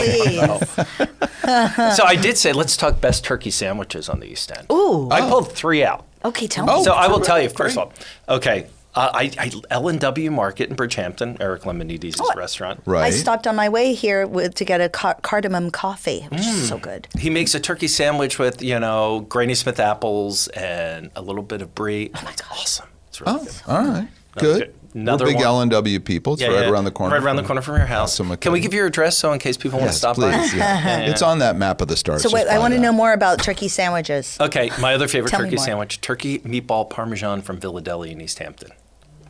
F: one,
B: please.
F: So I did say let's talk best turkey sandwiches on the East End. Ooh, I pulled three out.
B: Okay, tell
A: Oh.
B: me.
F: so I will tell you
A: terrific.
F: first of all. Okay, uh, I, I L and W Market in Bridgehampton, Eric Lemonides'
B: Oh, I-
F: restaurant.
A: Right.
B: I stopped on my way here with, to get a car- cardamom coffee, which is
F: Mm.
B: so good.
F: He makes a turkey sandwich with you know Granny Smith apples and a little bit of brie. Oh, it's awesome. It's really
A: Oh,
F: good.
A: all right. Good.
F: good- another
A: We're big
F: one.
A: L and W people. It's
F: Yeah,
A: right
F: yeah,
A: around the corner.
F: Right around the
A: from-
F: corner from your house.
A: Awesome, okay.
F: Can we give your address so in case people want to
A: Yes,
F: stop
A: please. yeah.
B: (laughs)
F: by? (laughs) Yeah, yeah.
A: It's on that map of the stars.
B: So, wait,
A: just
B: I
A: buy
B: want to
A: that.
B: know more about turkey sandwiches.
F: Okay, my other favorite
B: Tell me
F: turkey
B: more.
F: sandwich: turkey meatball parmesan from Villa Deli in East Hampton.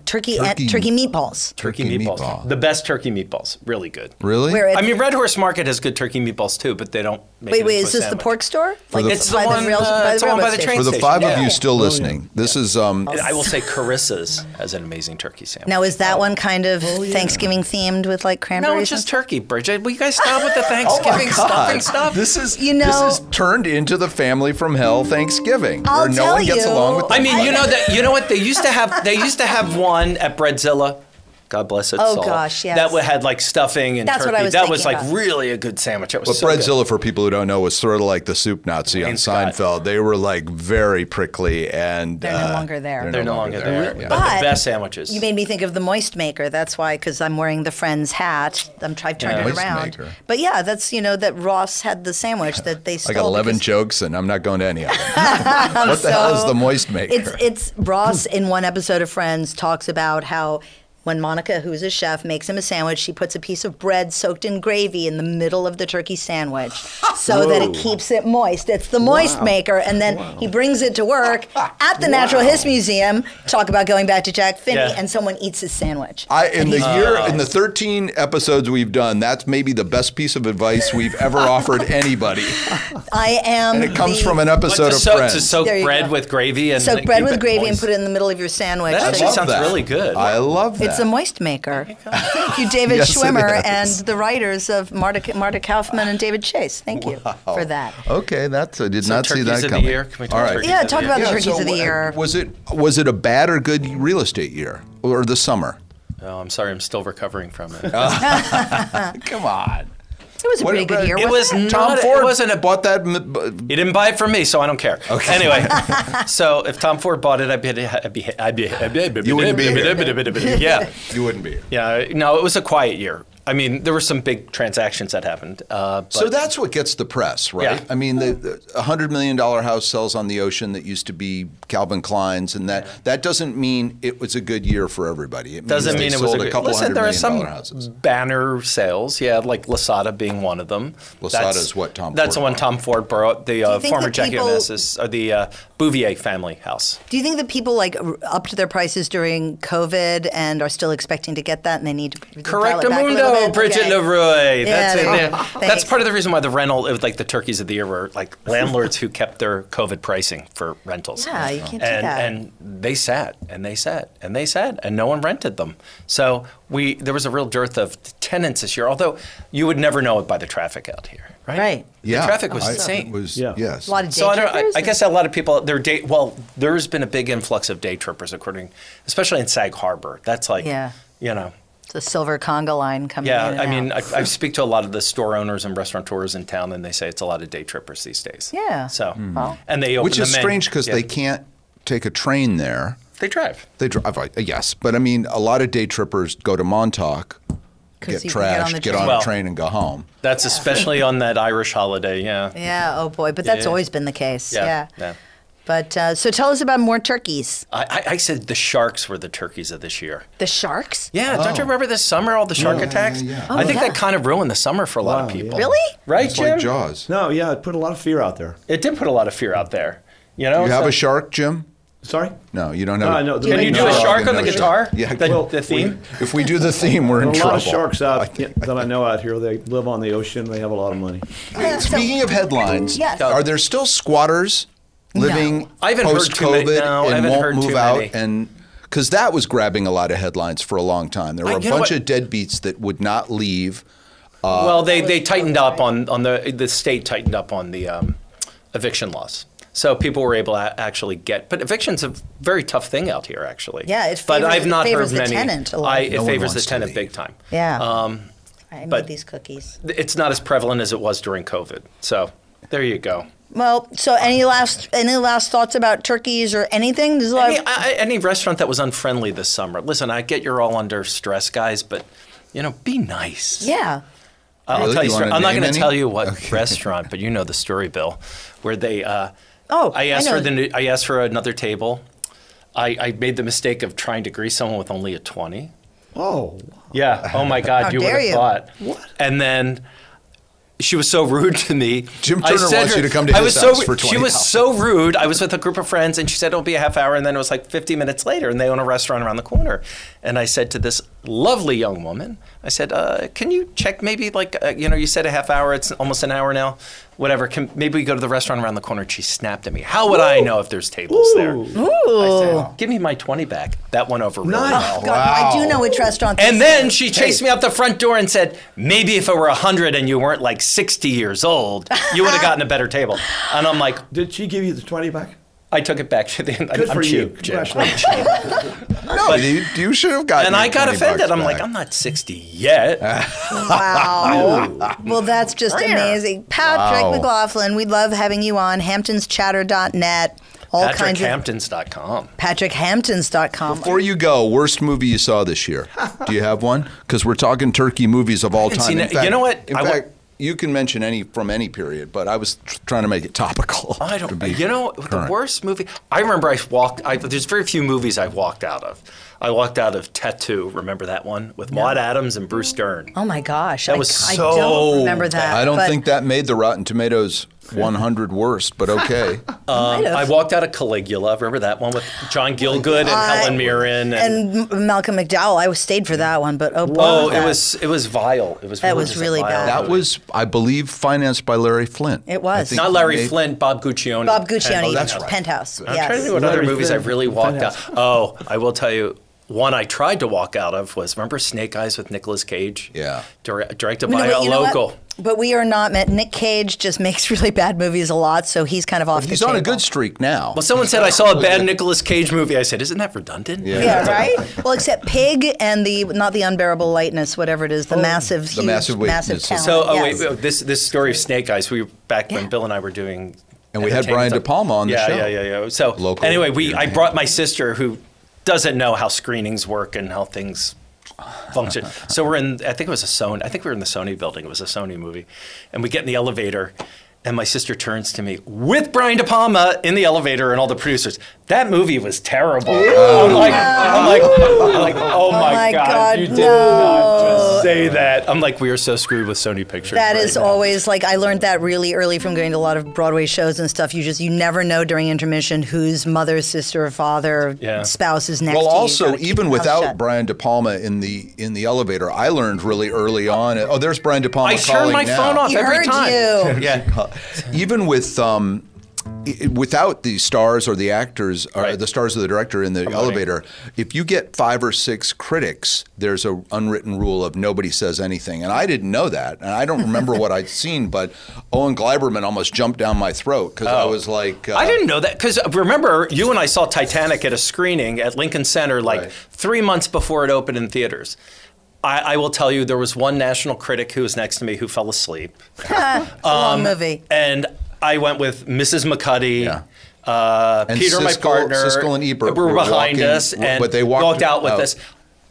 B: turkey,
A: turkey-
B: and, turkey meatballs.
F: Turkey,
A: Turkey
F: meatballs,
A: meatball.
F: the best turkey meatballs, really good.
A: Really?
B: Where it,
F: I mean, Red Horse Market has good turkey meatballs too, but they don't. Make
B: wait,
F: it
B: wait,
F: into
B: is
F: a
B: this the
F: sandwich.
B: pork store? Like
F: It's the
B: by
F: one,
B: rail-
F: uh, it's the one
B: railroad
F: by the train
A: For
B: station?
A: the
F: station,
A: five of
F: yeah.
A: you still listening, this is um,
F: And I
B: (laughs)
F: will say Carissa's has an amazing turkey sandwich.
B: Now, is that one kind of Thanksgiving themed with like cranberries?
F: Oh. No, it's just
B: and-
F: turkey, Bridget. Will you guys stop
B: (laughs)
F: with the Thanksgiving stuff and stuff?
A: This is
B: Oh You know-
A: this is turned into the family from hell Thanksgiving
B: I'll
A: where no one
B: tell
A: gets
B: you.
A: along with.
F: I mean, you know that you know what they used to have. They used to have one at Breadzilla. God bless its
B: Oh,
F: soul.
B: gosh, yes.
F: That wa- had like stuffing and
B: That's what
F: turkey.
B: I was
F: that was
B: thinking
F: like
B: about.
F: really a good sandwich. That was
A: But
F: so good.
A: Breadzilla, for people who don't know, was sort of like the soup Nazi on
F: Wayne Scott.
A: Seinfeld. They were like very prickly and uh,
B: They're no longer there.
F: They're no longer there.
A: Yeah.
F: But,
B: But
F: the best sandwiches.
B: You made me think of the moist maker. That's why, because I'm wearing the friend's hat. I'm trying to turn it
A: Moist
B: around.
A: Maker.
B: But yeah, that's you know that Ross had the sandwich that
A: (laughs)
B: they
A: I
B: stole.
A: got 11
B: because
A: jokes and I'm not going to any of them.
B: (laughs)
A: what the hell is the moist maker?
B: It's it's Ross in one episode of Friends talks about how. When Monica, who's a chef, makes him a sandwich, she puts a piece of bread soaked in gravy in the middle of the
A: (laughs)
B: turkey sandwich so that it keeps it moist. It's the moist maker. And then he brings it
A: (laughs)
B: to work at the Natural History Museum. Talk about going back to Jack Finney,
F: Yeah.
B: and someone eats his sandwich.
A: I, in the year, in the 13 episodes we've done, that's maybe the best piece of advice we've ever offered anybody.
B: I am.
A: And it comes
B: the-
A: from an
F: But
A: episode
F: to
A: of
F: soak,
A: Friends.
F: to soak
B: There you
F: bread
B: go.
F: with gravy and
B: soak
F: then
B: bread
F: keep
B: with
F: it
B: gravy and
F: moist.
B: put it in the middle of your sandwich.
F: That
B: So
F: actually
B: you-
A: Love
F: sounds
A: that.
F: really good.
A: I love that.
B: it's a moist maker. Thank you, David
A: Yes, it
B: Schwimmer,
A: is.
B: and the writers of Marta, Marta Kaufman and David Chase. Thank you for that.
A: Okay, that's I did
F: So
A: not see
F: turkeys
A: that
F: of the
A: coming.
F: year? Can we talk
A: All right.
F: turkeys
B: Yeah,
F: of
B: talk
F: the
B: about
F: year?
B: the turkeys
A: so
B: of the
A: w-
B: year.
A: Was it was it a bad or good real estate year or the summer?
F: Oh, I'm sorry, I'm still recovering from it.
A: Uh, Come on.
B: It was a
A: What
B: pretty
A: about-
B: good year.
F: it was
B: wasn't
F: not.
A: Tom Ford
F: It wasn't a.
A: bought that. m- b-
F: He didn't buy it from me, so I don't care.
B: (laughs)
F: Okay. Anyway, so if Tom Ford bought it, I'd be. I'd be. I'd be. I'd be, I'd be
A: You wouldn't be here.
F: (laughs) Yeah.
A: You wouldn't be. here.
F: Yeah. No, it was a quiet year. I mean, there were some big transactions that happened. Uh, but
A: So that's what gets the press, right?
F: Yeah.
A: I mean, the- the a hundred million dollar house sells on the ocean that used to be Calvin Klein's, and that that doesn't mean it was a good year for everybody. It
F: doesn't mean
A: means they
F: it was
A: sold
F: a
A: a
F: good.
A: couple
F: Listen,
A: hundred
F: there are
A: million
F: some
A: dollar houses.
F: banner sales. Yeah, like Lasada being one of them.
A: Lasada
F: That's-
A: is what Tom
F: That's
A: Ford
F: the one
A: bought.
F: Tom Ford bought. The uh,
B: think
F: former
B: that
F: Jackie
B: people-
F: Onassis or the uh, Bouvier family house.
B: Do you think that people like r- upped their prices during COVID and are still expecting to get that, and they need to dial it
F: Correct,
B: back a little
F: Mundo,
B: bit?
F: Bridget
B: Okay.
F: Leroy. that's
B: there
F: it.
B: you go.
F: Yeah.
B: Thanks.
F: That's part of the reason why the rental, it was like the turkeys of the year, were like (laughs) landlords who kept their COVID pricing for rentals.
B: Yeah, you can't do
F: and,
B: that.
F: And they sat and they sat and they sat and no one rented them. So we there was a real dearth of tenants this year. Although you would never know it by the traffic out here, right?
B: Right.
A: Yeah,
F: The traffic was
A: I-
F: insane.
A: It was
E: Yeah.
A: yes.
B: A lot of
F: So I
B: day
F: don't. I,
B: trippers
F: I
B: and-
F: guess a lot of people their day. Well, there's been a big influx of day trippers, according, especially in Sag Harbor. That's like,
B: Yeah.
F: you know,
B: the silver conga line coming. in
F: yeah,
B: and
F: I mean,
B: out.
F: I, I speak to a lot of the store owners and restaurateurs in town, and they say it's a lot of day trippers these days.
B: Yeah. Hmm.
F: So,
B: Well.
F: and they open
A: Which is
F: the menu-
A: strange because
F: yeah.
A: they can't take a train there.
F: they drive.
A: They drive, I- yes, but I mean, a lot of day trippers go to Montauk get
B: 'Cause you can get on
A: trashed,
B: the
A: get on,
B: train.
A: a
F: Well-
A: train and go home.
F: That's especially on that Irish holiday. Yeah.
B: Yeah. Oh boy. But that's
F: Yeah.
B: always been the case. Yeah.
F: Yeah, yeah.
B: But uh, so tell us about more turkeys.
F: I, I, I said the sharks were the turkeys of this year.
B: The sharks. (laughs)
F: Yeah,
A: Oh.
F: don't you remember this summer all the shark attacks? I think
B: Oh, yeah.
F: that kind of ruined the summer for a lot of
E: Wow,
F: people.
E: yeah.
B: Really?
F: Right,
A: It's
F: Jim?
A: like Jaws.
E: No, yeah, it put a lot of fear out there.
F: It did put a lot of fear out there. You know,
A: You have
F: so-
A: a shark, Jim?
E: Sorry?
A: No, you don't have.
E: No,
A: a-
E: I know.
F: Can you do
E: No,
F: a
E: I
F: shark
A: can
F: on the
A: do a
F: guitar?
A: shark. Yeah.
F: the,
E: Well,
F: the theme.
A: If we do the theme, we're in
E: There are
A: trouble.
E: a lot of sharks out that I know out here. They live on the ocean. They have a lot of money.
A: Speaking of headlines,
B: Yes.
A: are there still squatters living
F: I haven't heard too many-
A: post-COVID
F: no, I
A: and
F: haven't
A: won't
F: heard
A: move
F: too
A: out
F: many.
A: and? Because that was grabbing a lot of headlines for a long time. There were
F: I-
A: a
F: you know
A: bunch
F: what-
A: of deadbeats that would not leave.
F: well, they, they tightened up on, on the the state tightened up on the um, eviction laws, so people were able to actually get. But eviction's a very tough thing out here, actually.
B: Yeah, it
F: but
B: favors-
F: I've
B: it
F: not
B: favors
F: heard
B: the
F: many.
B: tenant a lot.
F: I, it
A: No one
F: favors the
A: wants to
F: tenant
A: leave.
F: big time.
B: Yeah.
F: Um,
B: I made
F: but-
B: these cookies.
F: it's not as prevalent as it was during COVID. So there you go.
B: Well, so any last any last thoughts about turkeys or anything? There's a lot
F: Any,
B: of-
F: I, I- any restaurant that was unfriendly this summer. Listen, I get you're all under stress, guys, but you know, be nice.
B: yeah.
F: I'll
A: Really?
F: tell you.
A: You
F: a story.
A: wanna
F: I'm not
A: name
F: going to
A: any?
F: tell you what restaurant, but you know the story, Bill, where they. Uh,
B: Oh,
F: I asked
B: I know.
F: for the. new- I asked for another table. I, I made the mistake of trying to grease someone with only a twenty.
E: Oh,
F: Yeah. Oh my
B: How
F: God, you would
B: dare
F: have
B: you.
F: thought. What? And then she was so rude to me.
A: Jim
F: I
A: Turner
F: said
A: wants
F: her-
A: you to come to
F: I
A: his
F: was
A: house
F: so,
A: for
F: She was
A: $20.
F: so rude. I was with a group of friends, and she said it'll be a half hour, and then it was like 50 minutes later, and they own a restaurant around the corner. And I said to this lovely young woman, I said, uh, "Can you check maybe like uh, you know you said a half hour? It's almost an hour now. Whatever. Can maybe we go to the restaurant around the corner?" And she snapped at me. How would I know if there's tables there? I said, Give me my 20 back. That went over really well.
B: God, I do know which restaurant. this
F: And then
B: is.
F: she chased me out the front door and said, "Maybe if it were hundred and you weren't like sixty years old, you would have gotten a better table." And I'm like,
E: did she give you the twenty back?
F: I took it back. I'm,
E: Good
F: I'm
E: for you.
F: cheap, Jim.
E: Congratulations.
A: No, you, you should have gotten.
F: And
A: your
F: I got
A: 20
F: offended.
A: bucks
F: I'm like,
A: back.
F: I'm not sixty yet. (laughs)
B: Wow. well, that's just amazing. Patrick
A: Wow.
B: McLaughlin, we love having you on. HamptonsChatter.net. All kinds of
F: PatrickHamptons.com.
B: PatrickHamptons.com.
A: Before you go, worst movie you saw this year? Do you have one? Because we're talking turkey movies of all
F: haven't
A: time.
F: seen
A: In
F: it. You know what?
A: In
F: I wa-
A: fact, you can mention any from any period, but I was tr- trying to make it topical. (laughs)
F: I
A: to
F: don't.
A: be
F: You know the
A: current.
F: worst movie. I remember I walked. I, there's very few movies I've walked out of. I walked out of Tattoo. Remember that one with Maude Adams and Bruce Dern.
B: Oh my gosh. I,
F: was
B: I don't
F: so
B: remember that.
A: I don't
B: but
A: think that made the Rotten Tomatoes 100 worst, but
B: (laughs)
A: okay.
B: Oh,
F: Um,
B: have.
F: I walked out of Caligula. Remember that one with John Gilgood and
B: I-
F: Helen Mirren? And,
B: Uh, And M- Malcolm McDowell, I stayed for that one, but oh, boy,
F: oh, it
B: that-
F: was it was vile. It was
B: That was
F: just a
B: really
F: vile
B: bad.
F: movie.
A: that was, I believe, financed by Larry Flint.
B: It was.
A: I think
F: not
A: he
F: Larry
A: made-
F: Flint, Bob Guccione.
B: Bob Guccione,
F: Oh,
A: that's right.
B: Penthouse.
F: I'm
B: yes.
F: trying to think what other
E: Larry
F: movies
E: Flynn,
F: I've really
E: Flynn
F: walked out.
E: House.
F: Oh, I will tell you. One I tried to walk out of was remember Snake Eyes with Nicolas Cage?
A: Yeah.
F: Dir- directed
B: No,
F: by
B: but
F: a
B: you know what?
F: local.
B: But we are not met. Nick Cage just (laughs) makes really bad movies a lot, so he's kind of off
A: He's
B: the
A: on a
B: table.
A: good streak now.
F: Well, someone said I saw a bad Nicolas Cage movie. I said, "Isn't that redundant?"
A: Yeah.
B: Yeah, right. Well, except Pig and the not the unbearable lightness, whatever it is, the massive, huge,
A: Oh, massive
B: massive,
A: weakness.
B: talent.
F: So, oh
B: yes.
F: wait, oh, this this story of Snake Eyes. We were back when Bill and I were doing,
A: And we had
F: entertainment
A: Brian De
F: stuff.
A: Palma on the
F: yeah,
A: show.
F: Yeah, yeah, yeah. So
A: Local
F: anyway, we I
A: entertainment.
F: brought my sister who doesn't know how screenings work and how things
A: (laughs)
F: function. so we're in. I think it was a Sony. I think we were in the Sony building. It was a Sony movie, and we get in the elevator. And my sister turns to me with Brian De Palma in the elevator and all the producers. That movie was terrible. I'm like, I'm like, I'm like,
A: (laughs)
F: oh my,
B: my
F: god,
B: God,
F: you did
B: no.
F: not just say that. I'm like, we are so screwed with Sony Pictures.
B: That
F: right
B: is
F: now.
B: always like I learned that really early from going to a lot of Broadway shows and stuff. You just you never know during intermission whose mother, sister, or father,
F: Yeah.
B: spouse is next.
A: Well,
B: to you. You
A: also,
B: gotta keep
A: even
B: your mouth
A: without
B: shut.
A: Brian De Palma in the in the elevator, I learned really early on. Oh, there's Brian De Palma.
F: I
A: calling
F: turn my
A: now.
F: phone
A: (laughs)
F: off
B: He
F: every
B: heard
F: time.
B: you.
F: Yeah.
B: (laughs)
A: even with um, i- without the stars or the actors or
F: Right.
A: the stars or the director in the elevator, if you get five or six critics, there's a unwritten rule of nobody says anything, and I didn't know that, and I don't remember what I'd seen, but Owen Gleiberman almost jumped down my throat because I was like, uh,
F: Oh. I didn't know that because remember, you and I saw Titanic at a screening at Lincoln Center like
A: Right.
F: three months before it opened in theaters. I, I will tell you, there was one national critic who was next to me who fell asleep.
B: Long movie.
F: And I went with Mrs. McCuddy.
A: Yeah.
F: Uh,
A: And
F: Peter, my
A: Siskel-
F: partner,
A: Siskel and Ebert
F: were,
A: were
F: behind
A: walking-
F: us,
A: w-
F: and
A: but they walked
F: out with
A: out.
F: us.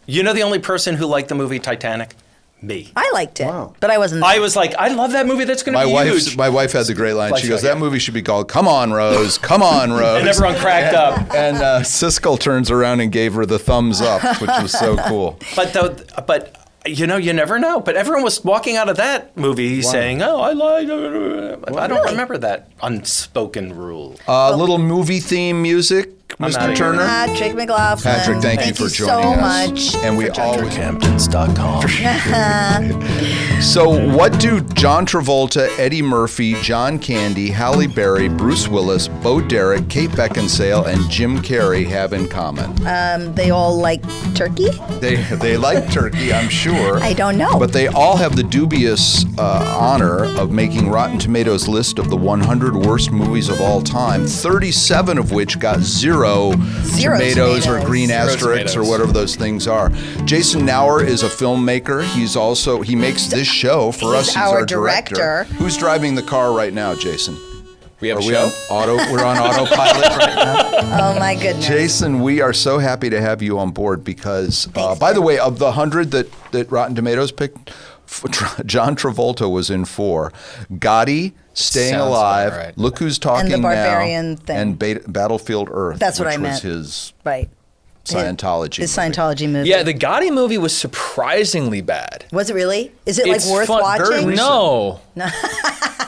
F: You know the only person who liked the movie Titanic? me.
B: I liked it,
E: Wow.
B: but I wasn't.
F: I was like, I love that movie. That's going to
A: My
F: be
A: wife,
F: (laughs) huge.
A: my wife had the great line.
F: Like
A: She
F: so,
A: goes,
F: yeah.
A: "That movie should be called Come On Rose, Come On Rose."
F: (laughs) and everyone
A: (laughs)
F: cracked up.
A: And uh, Siskel turns around and gave her the thumbs up, which was so
B: (laughs)
A: cool.
F: But though, but you know, you never know. But everyone was walking out of that movie saying, "Oh, I lied." I don't remember that unspoken rule.
A: Uh, little movie theme music,
F: outta
A: Mr.
F: here.
A: Turner.
B: Patrick McLaughlin.
A: Patrick, thank, you for joining
B: so
A: us.
B: much.
A: and we
B: for joining
A: always
F: Hamptons.com.
A: So, what do John Travolta, Eddie Murphy, John Candy, Halle Berry, Bruce Willis, Bo Derek, Kate Beckinsale, and Jim Carrey have in common?
B: Um, they all like turkey.
A: They they like turkey, I'm sure.
B: I don't know.
A: But they all have the dubious uh, honor of making Rotten Tomatoes' list of the 100 worst movies of all time, 37 of which got zero,
B: Zero
A: tomatoes, or
B: tomatoes.
A: green
B: Zero
A: asterisks or
F: tomatoes.
A: whatever those things are. Jason Nauer is a filmmaker. He's also he makes this show for
B: He's
A: us. He's
B: our
A: our director.
B: director.
A: Who's driving the car right now, Jason?
F: We have
A: Are
F: a
A: we
F: show.
A: on auto? We're on autopilot right now.
B: Oh my goodness.
A: Jason, we are so happy to have you on board because, uh, by the way, of the hundred that, that Rotten Tomatoes picked, f- (laughs) Tra- John Travolta was in four. Gotti, Staying
F: Sounds about
A: Alive,
F: right.
A: Look Who's Talking Now,
B: Barbarian thing.
A: and Bat- Battlefield Earth.
B: That's what
A: which
B: I
A: Was
B: meant.
A: his
B: right.
A: Scientology.
B: His
A: movie.
B: Scientology movie.
G: Yeah, the Gotti movie was surprisingly bad.
B: was it really? Is it
G: It's
B: like worth
G: fun-
B: watching?
A: recent.
G: No. (laughs)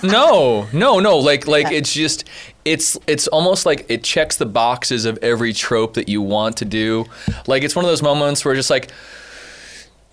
G: no, no, no. Like, like it's just, it's, it's almost like it checks the boxes of every trope that you want to do. Like, it's one of those moments where just like,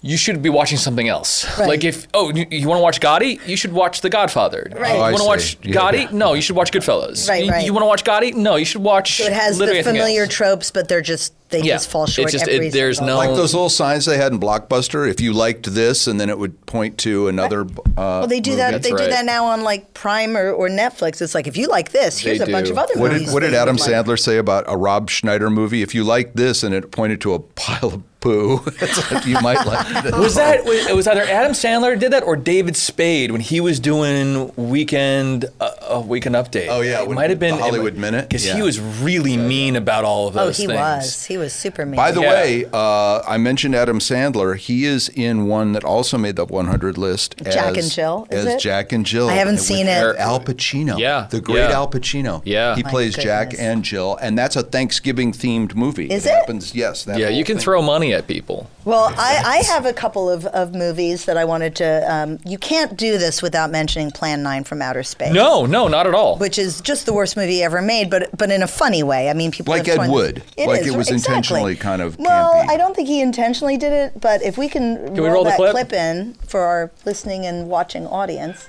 G: you should be watching something else.
B: Right.
G: Like, if oh, you, you want to watch Gotti, you should watch The Godfather.
B: Right. Oh,
G: You
A: I
G: want to
A: see.
G: watch
A: Yeah.
G: Gotti? No, you should watch Goodfellas.
B: Right,
G: You-
B: right.
G: You, want to watch Gotti? No, you should watch.
B: So it has
G: literally
B: the
G: anything
B: familiar
G: else.
B: tropes, but they're just they
G: Yeah.
B: just fall
G: It's
B: short.
G: just-
B: every
G: it- there's
B: single-
G: no-
A: Like
F: Oh.
A: those little signs they had in Blockbuster. If you liked this, and then it would point to another. Uh,
B: Well, they do that.
G: That's
B: They do
G: right.
B: that now on like Prime or, or Netflix. It's like if you like this, here's a
G: They
B: bunch
G: do.
B: of other
A: what
B: movies.
A: did, what did
B: that you
A: Adam
B: like.
A: Sandler say about a Rob Schneider movie? If you liked this, and it pointed to a pile of poo, (laughs) it's like, you might
B: (laughs)
A: like this.
G: Was that was, it was either Adam Sandler did that or David Spade when he was doing Weekend uh, uh, Weekend Update.
A: Oh, yeah,
G: it
A: when-
G: might have been
A: the Hollywood Minute?
G: because
A: Yeah.
G: he was really mean about all of
B: Oh,
G: those.
B: he
G: things.
B: was. He was super mean.
A: By the
G: Yeah.
A: way, uh, I mentioned Adam Sandler. He is in one that also made the 100 list.
B: Jack
A: as-
B: and Jill, is
A: as
B: it?
A: Jack and Jill.
B: I haven't
A: and
B: seen
A: with
B: it.
A: Al Pacino.
G: Yeah,
A: The great
G: yeah.
A: Al Pacino.
G: Yeah.
A: He
G: My
A: plays Jack
B: goodness.
A: and Jill, and that's a Thanksgiving themed movie.
B: Is it?
A: happens, yes. that
G: Yeah,
A: whole
G: you can
A: thing.
G: throw money at people.
B: Well, I, I have a couple of, of movies that I wanted to. Um, you can't do this without mentioning Plan 9 from Outer Space.
G: No, no, not at all.
B: Which is just the worst movie ever made, but but in a funny way. I mean, people
A: Like
B: have
A: Ed
B: torn-
A: Wood. Like
B: is,
A: it was
B: exactly.
A: intentionally kind of
B: Well,
A: campy.
B: I don't think he intentionally did it, but if we can,
G: we roll the
B: that
G: clip?
B: in for our listening and watching audience.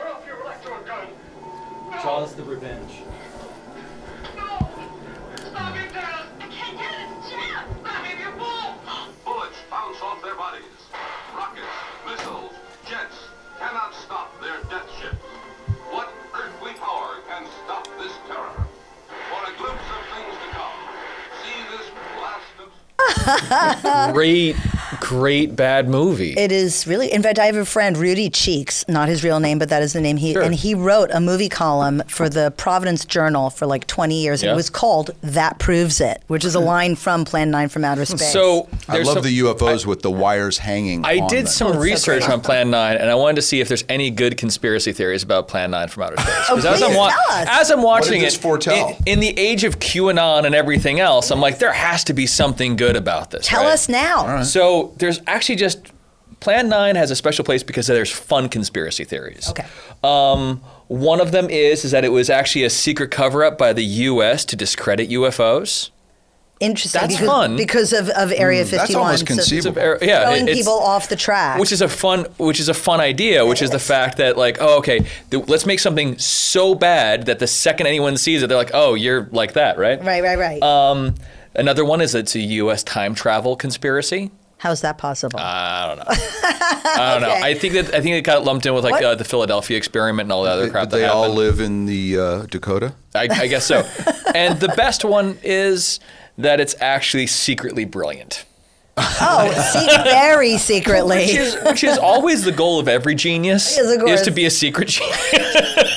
H: Turn off your electron gun.
F: Jaws the Revenge.
H: No! Stop it, Dad! I can't get it! It's jammed! Stop it, you fool!
I: Bullets bounce off their bodies. Rockets, missiles, jets cannot stop their death ships. What earthly power can stop this terror? For a glimpse of things to come, see this blast of...
G: Great, great bad movie.
B: It is really. In fact, I have a friend, Rudy Cheeks, not his real name, but that is the name he. And he wrote a movie column for the Providence Journal for like 20 years.
G: Yeah.
B: It was called "That Proves It," which is a line from Plan 9 from Outer Space.
G: (laughs) so
A: I
G: there's
A: love
G: some-
A: the UFOs with the wires hanging.
G: I
A: on
G: did
A: them.
B: Oh,
G: some research on Plan 9, and I wanted to see if there's any good conspiracy theories about Plan 9 from outer space. Because as, I'm
B: Oh, please tell us.
G: as I'm watching
A: this
G: it,
A: foretell?
G: In, in the age of QAnon and everything else, I'm like, there has to be something good about this.
B: tell
G: right?
B: us now.
G: So there's actually just Plan 9 has a special place because there's fun conspiracy theories.
B: Okay.
G: Um, one of them is is that it was actually a secret cover up by the U.S. to discredit UFOs.
B: Interesting.
G: That's
B: because,
G: fun.
B: because of, of Area 51.
A: Mm, That's almost
B: so
G: It's
A: conceivable.
G: a- yeah,
B: throwing
G: it's-
B: people off the track.
G: which is a fun which is a fun idea which is the fact that like oh okay th- let's make something so bad that the second anyone sees it they're like oh you're like that right
B: right, right, right.
G: um another one is it's a us time travel conspiracy
B: How's that possible?
G: Uh, i don't
B: Okay.
G: know i think that i think it got lumped in with like
B: What?
G: uh, the philadelphia experiment and all the other crap
A: Did they
G: that
A: all
G: happened.
A: live in the uh, Dakota?
G: I, I
A: (laughs)
G: guess so and the best one is that it's actually secretly brilliant
B: (laughs) Oh, se-
G: (laughs)
B: very secretly.
G: Which is, which is always the goal of every genius
B: Yes, of
G: is
B: course.
G: to be a secret genius. (laughs)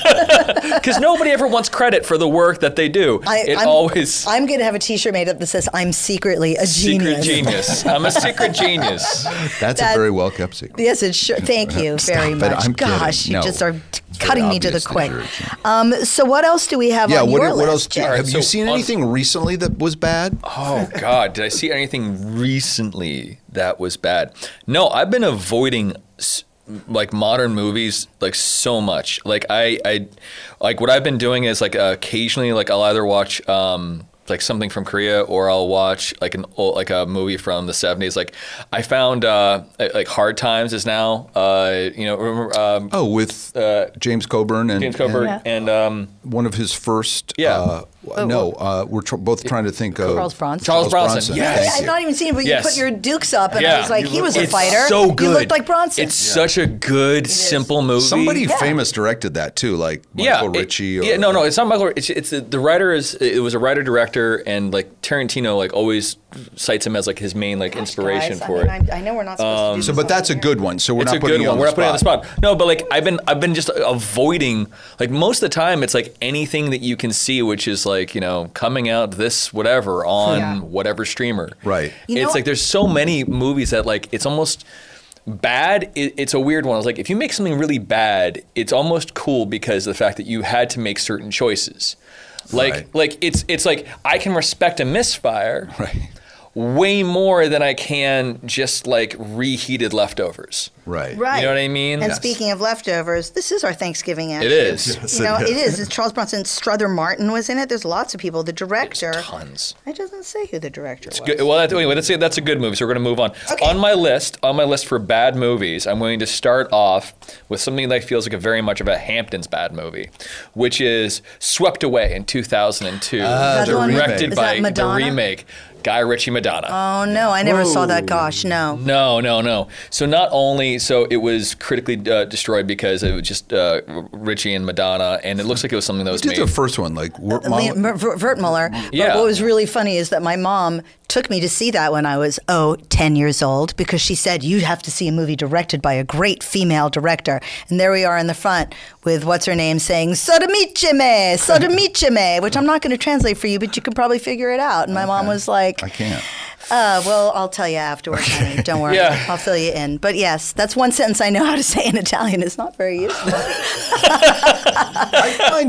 G: Because nobody ever wants credit for the work that they do. it
B: I'm,
G: always
B: I'm going to have a T-shirt made up that says "I'm secretly a
G: secret
B: genius."
G: genius. I'm a secret
B: (laughs)
G: genius.
A: That's
B: That-
A: a very well kept secret.
B: (laughs) Yes, it sure. Thank you
A: Stop
B: very
A: it,
B: much.
A: I'm kidding.
B: Gosh, you
A: No.
B: just are t-
A: It's very
B: cutting me to the
A: obvious that
B: quick.
A: you're a genius.
B: Um, so what else do we have
A: yeah,
B: on
A: what,
B: your
A: what
B: list?
A: else? Do,
B: Jim?
A: have
G: so
A: you seen
G: on-
A: anything recently that was bad?
G: Oh God, did I see anything recently that was bad? No, I've been avoiding s- like modern movies like so much. Like I, I, like what I've been doing is like uh, occasionally like I'll either watch um like something from Korea or I'll watch like an old, like a movie from the seventies. Like I found uh like Hard Times is now uh you know remember um,
A: Oh, with James Coburn and
G: James Coburn
A: and
G: and um.
A: one of his first.
G: Yeah.
A: Uh, no, uh, we're tr- both trying to think of
B: Oh, Charles Bronson.
G: Charles Bronson, yes.
A: thank
B: Yeah, I've
A: you.
B: not even seen it, but
G: Yes.
B: you put your dukes up, and I
G: Yeah.
B: was like, he was a
G: it's
B: fighter.
G: So good.
B: You looked like Bronson.
G: It's such a good, simple movie.
A: Somebody famous directed that too, like Michael
G: it-
A: Ritchie. Or,
G: yeah, no, no, it's not Michael. Ri- It's, it's the writer is it was a writer director, and like Tarantino, like always cites him as like his main like inspiration
B: Guys, I
G: for
B: mean,
G: it.
B: I'm- I know we're not supposed to do
A: Um, So,
B: this
A: but
B: on
A: that's a
B: here.
A: good one. So we're
G: it's
A: not
G: a
A: putting
G: good
A: you
G: one.
A: on
G: We're
A: the
G: not putting it on
A: spot.
G: the spot. No, but like I've been I've been just avoiding like most of the time it's like anything that you can see which is like, you know, coming out this whatever on
D: Yeah.
G: whatever streamer.
A: Right.
B: You know-
G: it's like there's so many movies that like it's almost bad it, it's a weird one. It's like if you make something really bad, it's almost cool because of the fact that you had to make certain choices. Like
A: Right.
G: like it's it's like I can respect a misfire
A: (laughs) Right.
G: way more than I can just like reheated leftovers.
A: Right.
B: Right.
G: You know what I mean?
B: And
G: Yes.
B: speaking of leftovers, this is our Thanksgiving act.
G: It is.
B: You know, it is. It's Charles Bronson. Struther Martin was in it. There's lots of people. The director.
G: Tons.
B: It doesn't say who the director was.
G: Good. Well, that's, anyway, that's a, that's a good movie. So we're going to move on.
B: Okay.
G: On my list, on my list for bad movies, I'm going to start off with something that feels like a very much of a Hamptons bad movie, which is Swept Away in 2002,
A: Ah,
B: that the one with-
G: directed
B: is that
G: by the
B: Madonna?
G: remake Guy Ritchie Madonna.
B: Oh no, I never saw that. Gosh, no.
G: No, no, no. So not only so it was critically uh, destroyed because it was just uh, Richie and Madonna, and it looks like it was something that was
A: Did
G: made.
A: the first one like wor-
B: Le-
A: Mama-
B: Mer- Ver- Vertmuller. But
G: Yeah.
B: what was really funny is that my mom took me to see that when I was, oh, 10 years old because she said, you have to see a movie directed by a great female director. And there we are in the front with what's her name saying, Sodomichime, Sodomichime, which I'm not going to translate for you, but you can probably figure it out. And my mom was like,
A: I can't.
B: uh, well, I'll tell you afterwards, honey. Don't worry.
G: Yeah.
B: I'll fill you in. But yes, that's one sentence I know how to say in Italian. It's not very useful.
A: I (laughs) find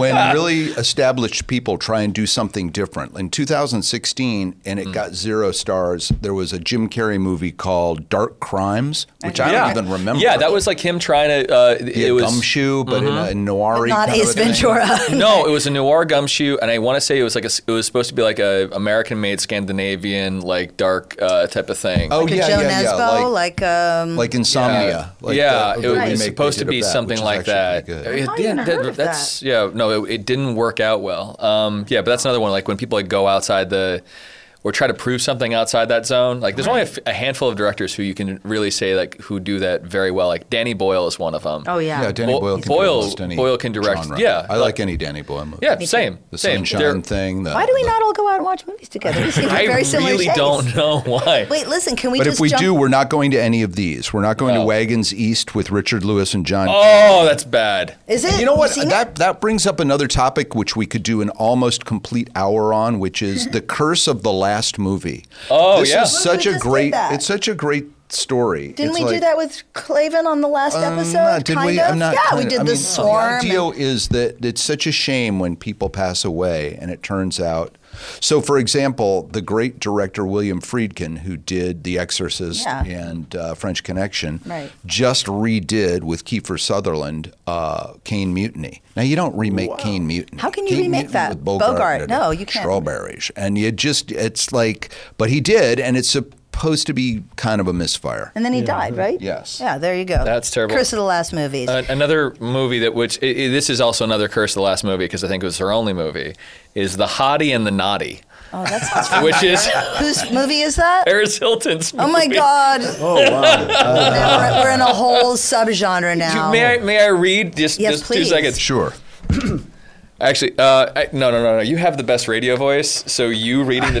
A: when, when really established people try and do something different. In 2016, and
G: Mm.
A: it got zero stars, there was a Jim Carrey movie called Dark Crimes, which I don't even remember.
G: Yeah, that was like him trying to. Uh,
A: He
G: it
A: had
G: was Mm-hmm.
A: gumshoe, but in a, a noir
B: not
A: kind of a
B: Ace
A: thing.
B: Ventura.
G: no, it was a noir gumshoe, and I want to say it was like a, it was supposed to be like a American-made Scandinavian like dark uh, type of thing. Uh,
A: Oh,
B: Like
A: yeah,
B: a Joe
A: yeah, yeah.
B: Nesbo,
A: Like,
B: like, um,
A: like Insomnia. Like uh,
G: yeah,
A: the-
G: it
A: the
G: was
A: remake
G: supposed
A: they
G: to
A: did
G: be
A: of that,
G: something
A: which is
G: like
A: actually
G: that.
A: pretty good.
G: It
B: not
G: didn't-
B: even heard of
G: that's yeah, no, it, it didn't work out well. Um, yeah, but that's another one. Like when people like go outside the or try to prove something outside that zone. Like there's only a, f- a handful of directors who you can really say like who do that very well. Like Danny Boyle is one of them.
B: oh,
A: Yeah, Danny
G: Bo-
A: Boyle can do
G: Boyle-
A: almost any
G: Boyle can direct-
A: genre.
G: yeah,
A: I
G: like-
A: like any Danny Boyle movie.
G: Yeah, same,
A: The
G: same.
A: sunshine
G: They're-
A: thing. the-
B: Why do we
A: the-
B: not all go out and watch movies together? We seem to have
G: I
B: very similar
G: really
B: tastes.
G: don't know why.
B: Wait, listen, can we
A: But
B: just
A: if we
B: jump?
A: do, we're not going to any of these. We're not going to Wagons East with Richard Lewis and John.
G: Oh, that's bad.
B: Is it?
A: You know
B: You
A: what?
B: seen it?
A: that that brings up another topic which we could do an almost complete hour on, which
B: (laughs)
A: is the curse of the last movie.
G: Oh,
A: this
G: yeah.
A: is
G: Well,
A: such a
B: we just did
A: great.
B: that.
A: It's such a great story.
B: Didn't
A: It's
B: we do
A: like-
B: that with Clavin on the last episode?
A: Uh, did
B: kind
A: we?
B: of.
A: I'm not
B: yeah, we
A: kinda-
B: did
A: I
B: the
A: mean,
B: swarm.
A: The idea is that it's such a shame when people pass away, and it turns out. So, for example, the great director William Friedkin, who did The Exorcist
B: Yeah.
A: and uh, French Connection,
B: Right.
A: just redid with Kiefer Sutherland uh, Kane Mutiny. Now, you don't remake Kane Mutiny.
B: How can you
A: Kane
B: remake
A: Mutiny
B: that?
A: With Bogart,
B: Bogart,
A: in it,
B: no, you can't.
A: Strawberries, and you just it's like, but he did, and it's supposed to be kind of a misfire.
B: and then he died, right?
A: Yes.
B: Yeah, there you go.
G: That's terrible. Uh,
B: Curse of the last movies.
G: An- another movie that which i i this is also another curse of the last movie because I think it was her only movie is the hottie and the
A: (laughs)
G: naughty,
B: oh, that sounds
G: (laughs)
B: familiar.
G: which is
B: Whose movie is that?
G: Paris Hilton's. Movie.
B: Oh my
G: (laughs)
B: God!
E: Oh
F: (laughs)
E: wow!
B: we're, we're in a whole subgenre
G: Do-
B: now.
G: May I may I read just
B: Yes,
G: just two
B: please.
G: seconds?
A: Sure.
G: Actually, uh, I, no, no, no, no. You have the best radio voice, so you reading the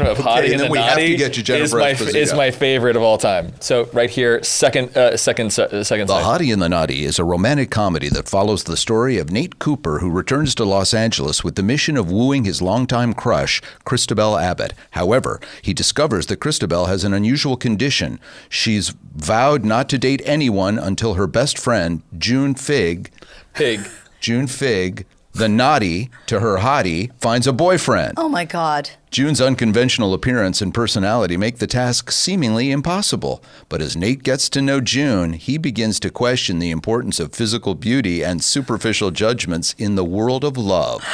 A: (laughs)
G: of
A: and
G: Hottie and
A: then
G: the
A: we have to
G: Naughty
A: get you Jennifer
G: is my
A: Esposito.
G: is my favorite of all time. So right here, second, uh, second, se- uh, second.
A: The
G: side.
A: Hottie and the Naughty is a romantic comedy that follows the story of Nate Cooper, who returns to Los Angeles with the mission of wooing his longtime crush, Christabel Abbott. However, he discovers that Christabel has an unusual condition. She's vowed not to date anyone until her best friend, June Fig,
G: Pig.
A: June Fig, the naughty to her hottie, finds a boyfriend.
B: Oh my God.
A: June's unconventional appearance and personality make the task seemingly impossible. But as Nate gets to know June, he begins to question the importance of physical beauty and superficial judgments in the world of love,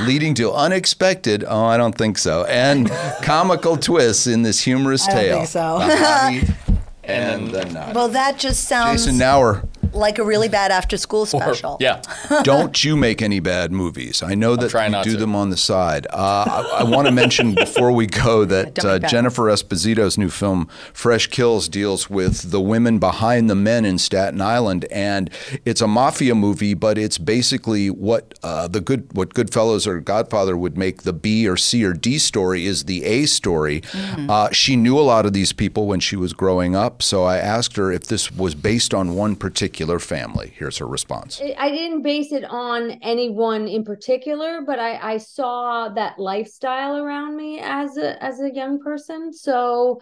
A: leading to unexpected, oh, I don't think so,
B: (laughs)
A: and comical twists in this humorous
B: I don't
A: tale.
B: think so.
A: The
B: (laughs)
A: hottie and the naughty.
B: Well, um, that just sounds
A: Jason Nauer,
B: like a really bad after-school special.
G: Yeah.
A: (laughs) don't you make any bad movies. I know that
G: try
A: you
G: not
A: do
G: to.
A: them on the side. Uh, I, I want to mention before we
B: (laughs)
A: go that
B: Don't make
A: uh,
B: bad
A: Jennifer Esposito's new film, Fresh Kills, deals with the women behind the men in Staten Island. And it's a mafia movie, but it's basically what uh, the good what Goodfellas or Godfather would make the B or C or D story is the A story.
B: Mm-hmm.
A: Uh, she knew a lot of these people when she was growing up. So I asked her if this was based on one particular family. Here's her response.
J: I didn't base it on anyone in particular, but I, I saw that lifestyle around me as a as a young person. So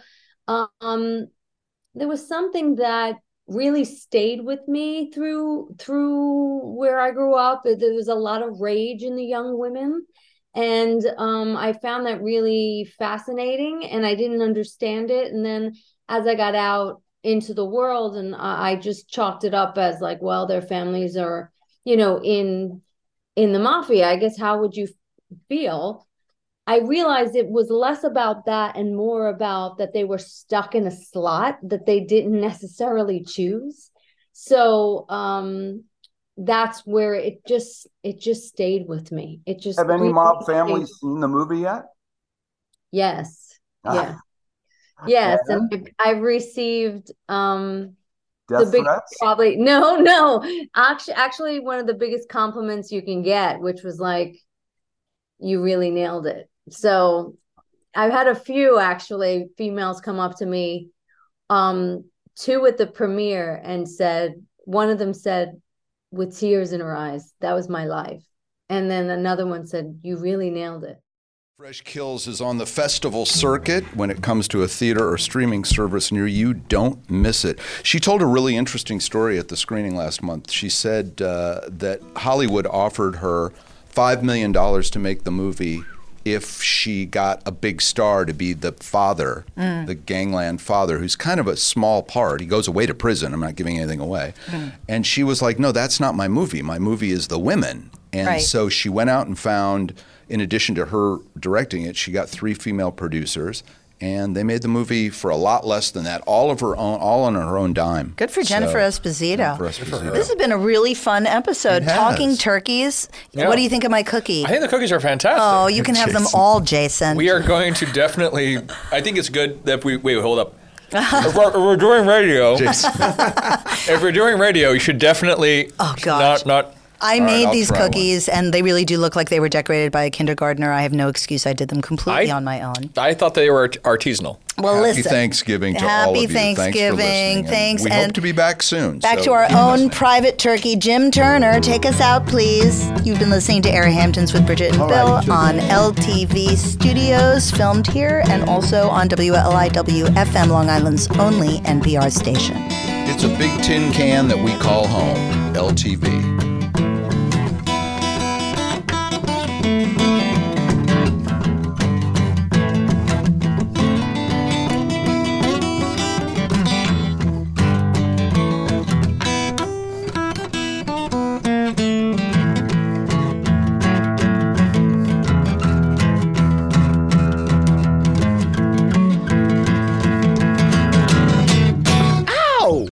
J: um there was something that really stayed with me through through where I grew up. There was a lot of rage in the young women. And um, I found that really fascinating, and I didn't understand it. And then as I got out into the world, and I, I just chalked it up as like, well, their families are, you know, in in the mafia. I guess how would you feel? I realized it was less about that and more about that they were stuck in a slot that they didn't necessarily choose. So um that's where it just it just stayed with me. It just
K: Have any
J: really
K: mob
J: stayed-
K: families seen the movie yet?
J: Yes.
K: Ah.
J: Yeah. Yes, and I've, I've received um
K: Death
J: the big
K: threats?
J: probably (laughs) no no actually actually one of the biggest compliments you can get, which was like you really nailed it. So I've had a few actually females come up to me, um two at the premiere and said one of them said with tears in her eyes that was my life, and then another one said you really nailed it.
A: Fresh Kills is on the festival circuit. When it comes to a theater or streaming service near you, don't miss it. She told a really interesting story at the screening last month. She said uh, that Hollywood offered her $5 million to make the movie if she got a big star to be the father, the gangland father, who's kind of a small part. He goes away to prison. I'm not giving anything away. And she was like, no, that's not my movie. My movie is the women. And
B: Right.
A: so she went out and found, in addition to her directing it, she got three female producers, and they made the movie for a lot less than that, all of her own, all on her own dime.
B: Good for
A: So,
B: Jennifer Esposito.
A: Jennifer Esposito.
B: This has been a really fun episode.
A: It has.
B: Talking turkeys.
G: Yeah.
B: What do you think of my cookie?
G: I think the cookies are fantastic.
B: oh, you can have them
A: Jason.
B: all, Jason.
G: We are going to definitely. I think it's good that we wait.
B: (laughs)
G: Hold up. if, we're, if we're doing radio, (laughs) if we're doing radio, you should definitely
B: Oh, gosh.
G: not not.
B: I
A: All right,
B: made
A: I'll
B: these
A: try one.
B: cookies, and they really do look like they were decorated by a kindergartner. I have no excuse. I did them completely
G: I-
B: on my own.
G: I thought they were art- artisanal.
B: Well,
A: Happy
B: listen.
A: Thanksgiving to all of
B: Happy
A: you. Thanks for
B: Thanksgiving.
A: listening, and
B: Thanks,
A: We hope
B: and
A: to be back soon.
B: Back
A: so
B: to our
A: keep
B: own
A: listening.
B: private turkey, Jim Turner. Take us out, please. You've been listening to Air Hamptons with Bridget and Bill on LTV Studios, filmed here, and also on WLIW FM, Long Island's only NPR station.
A: It's a big tin can that we call home, LTV.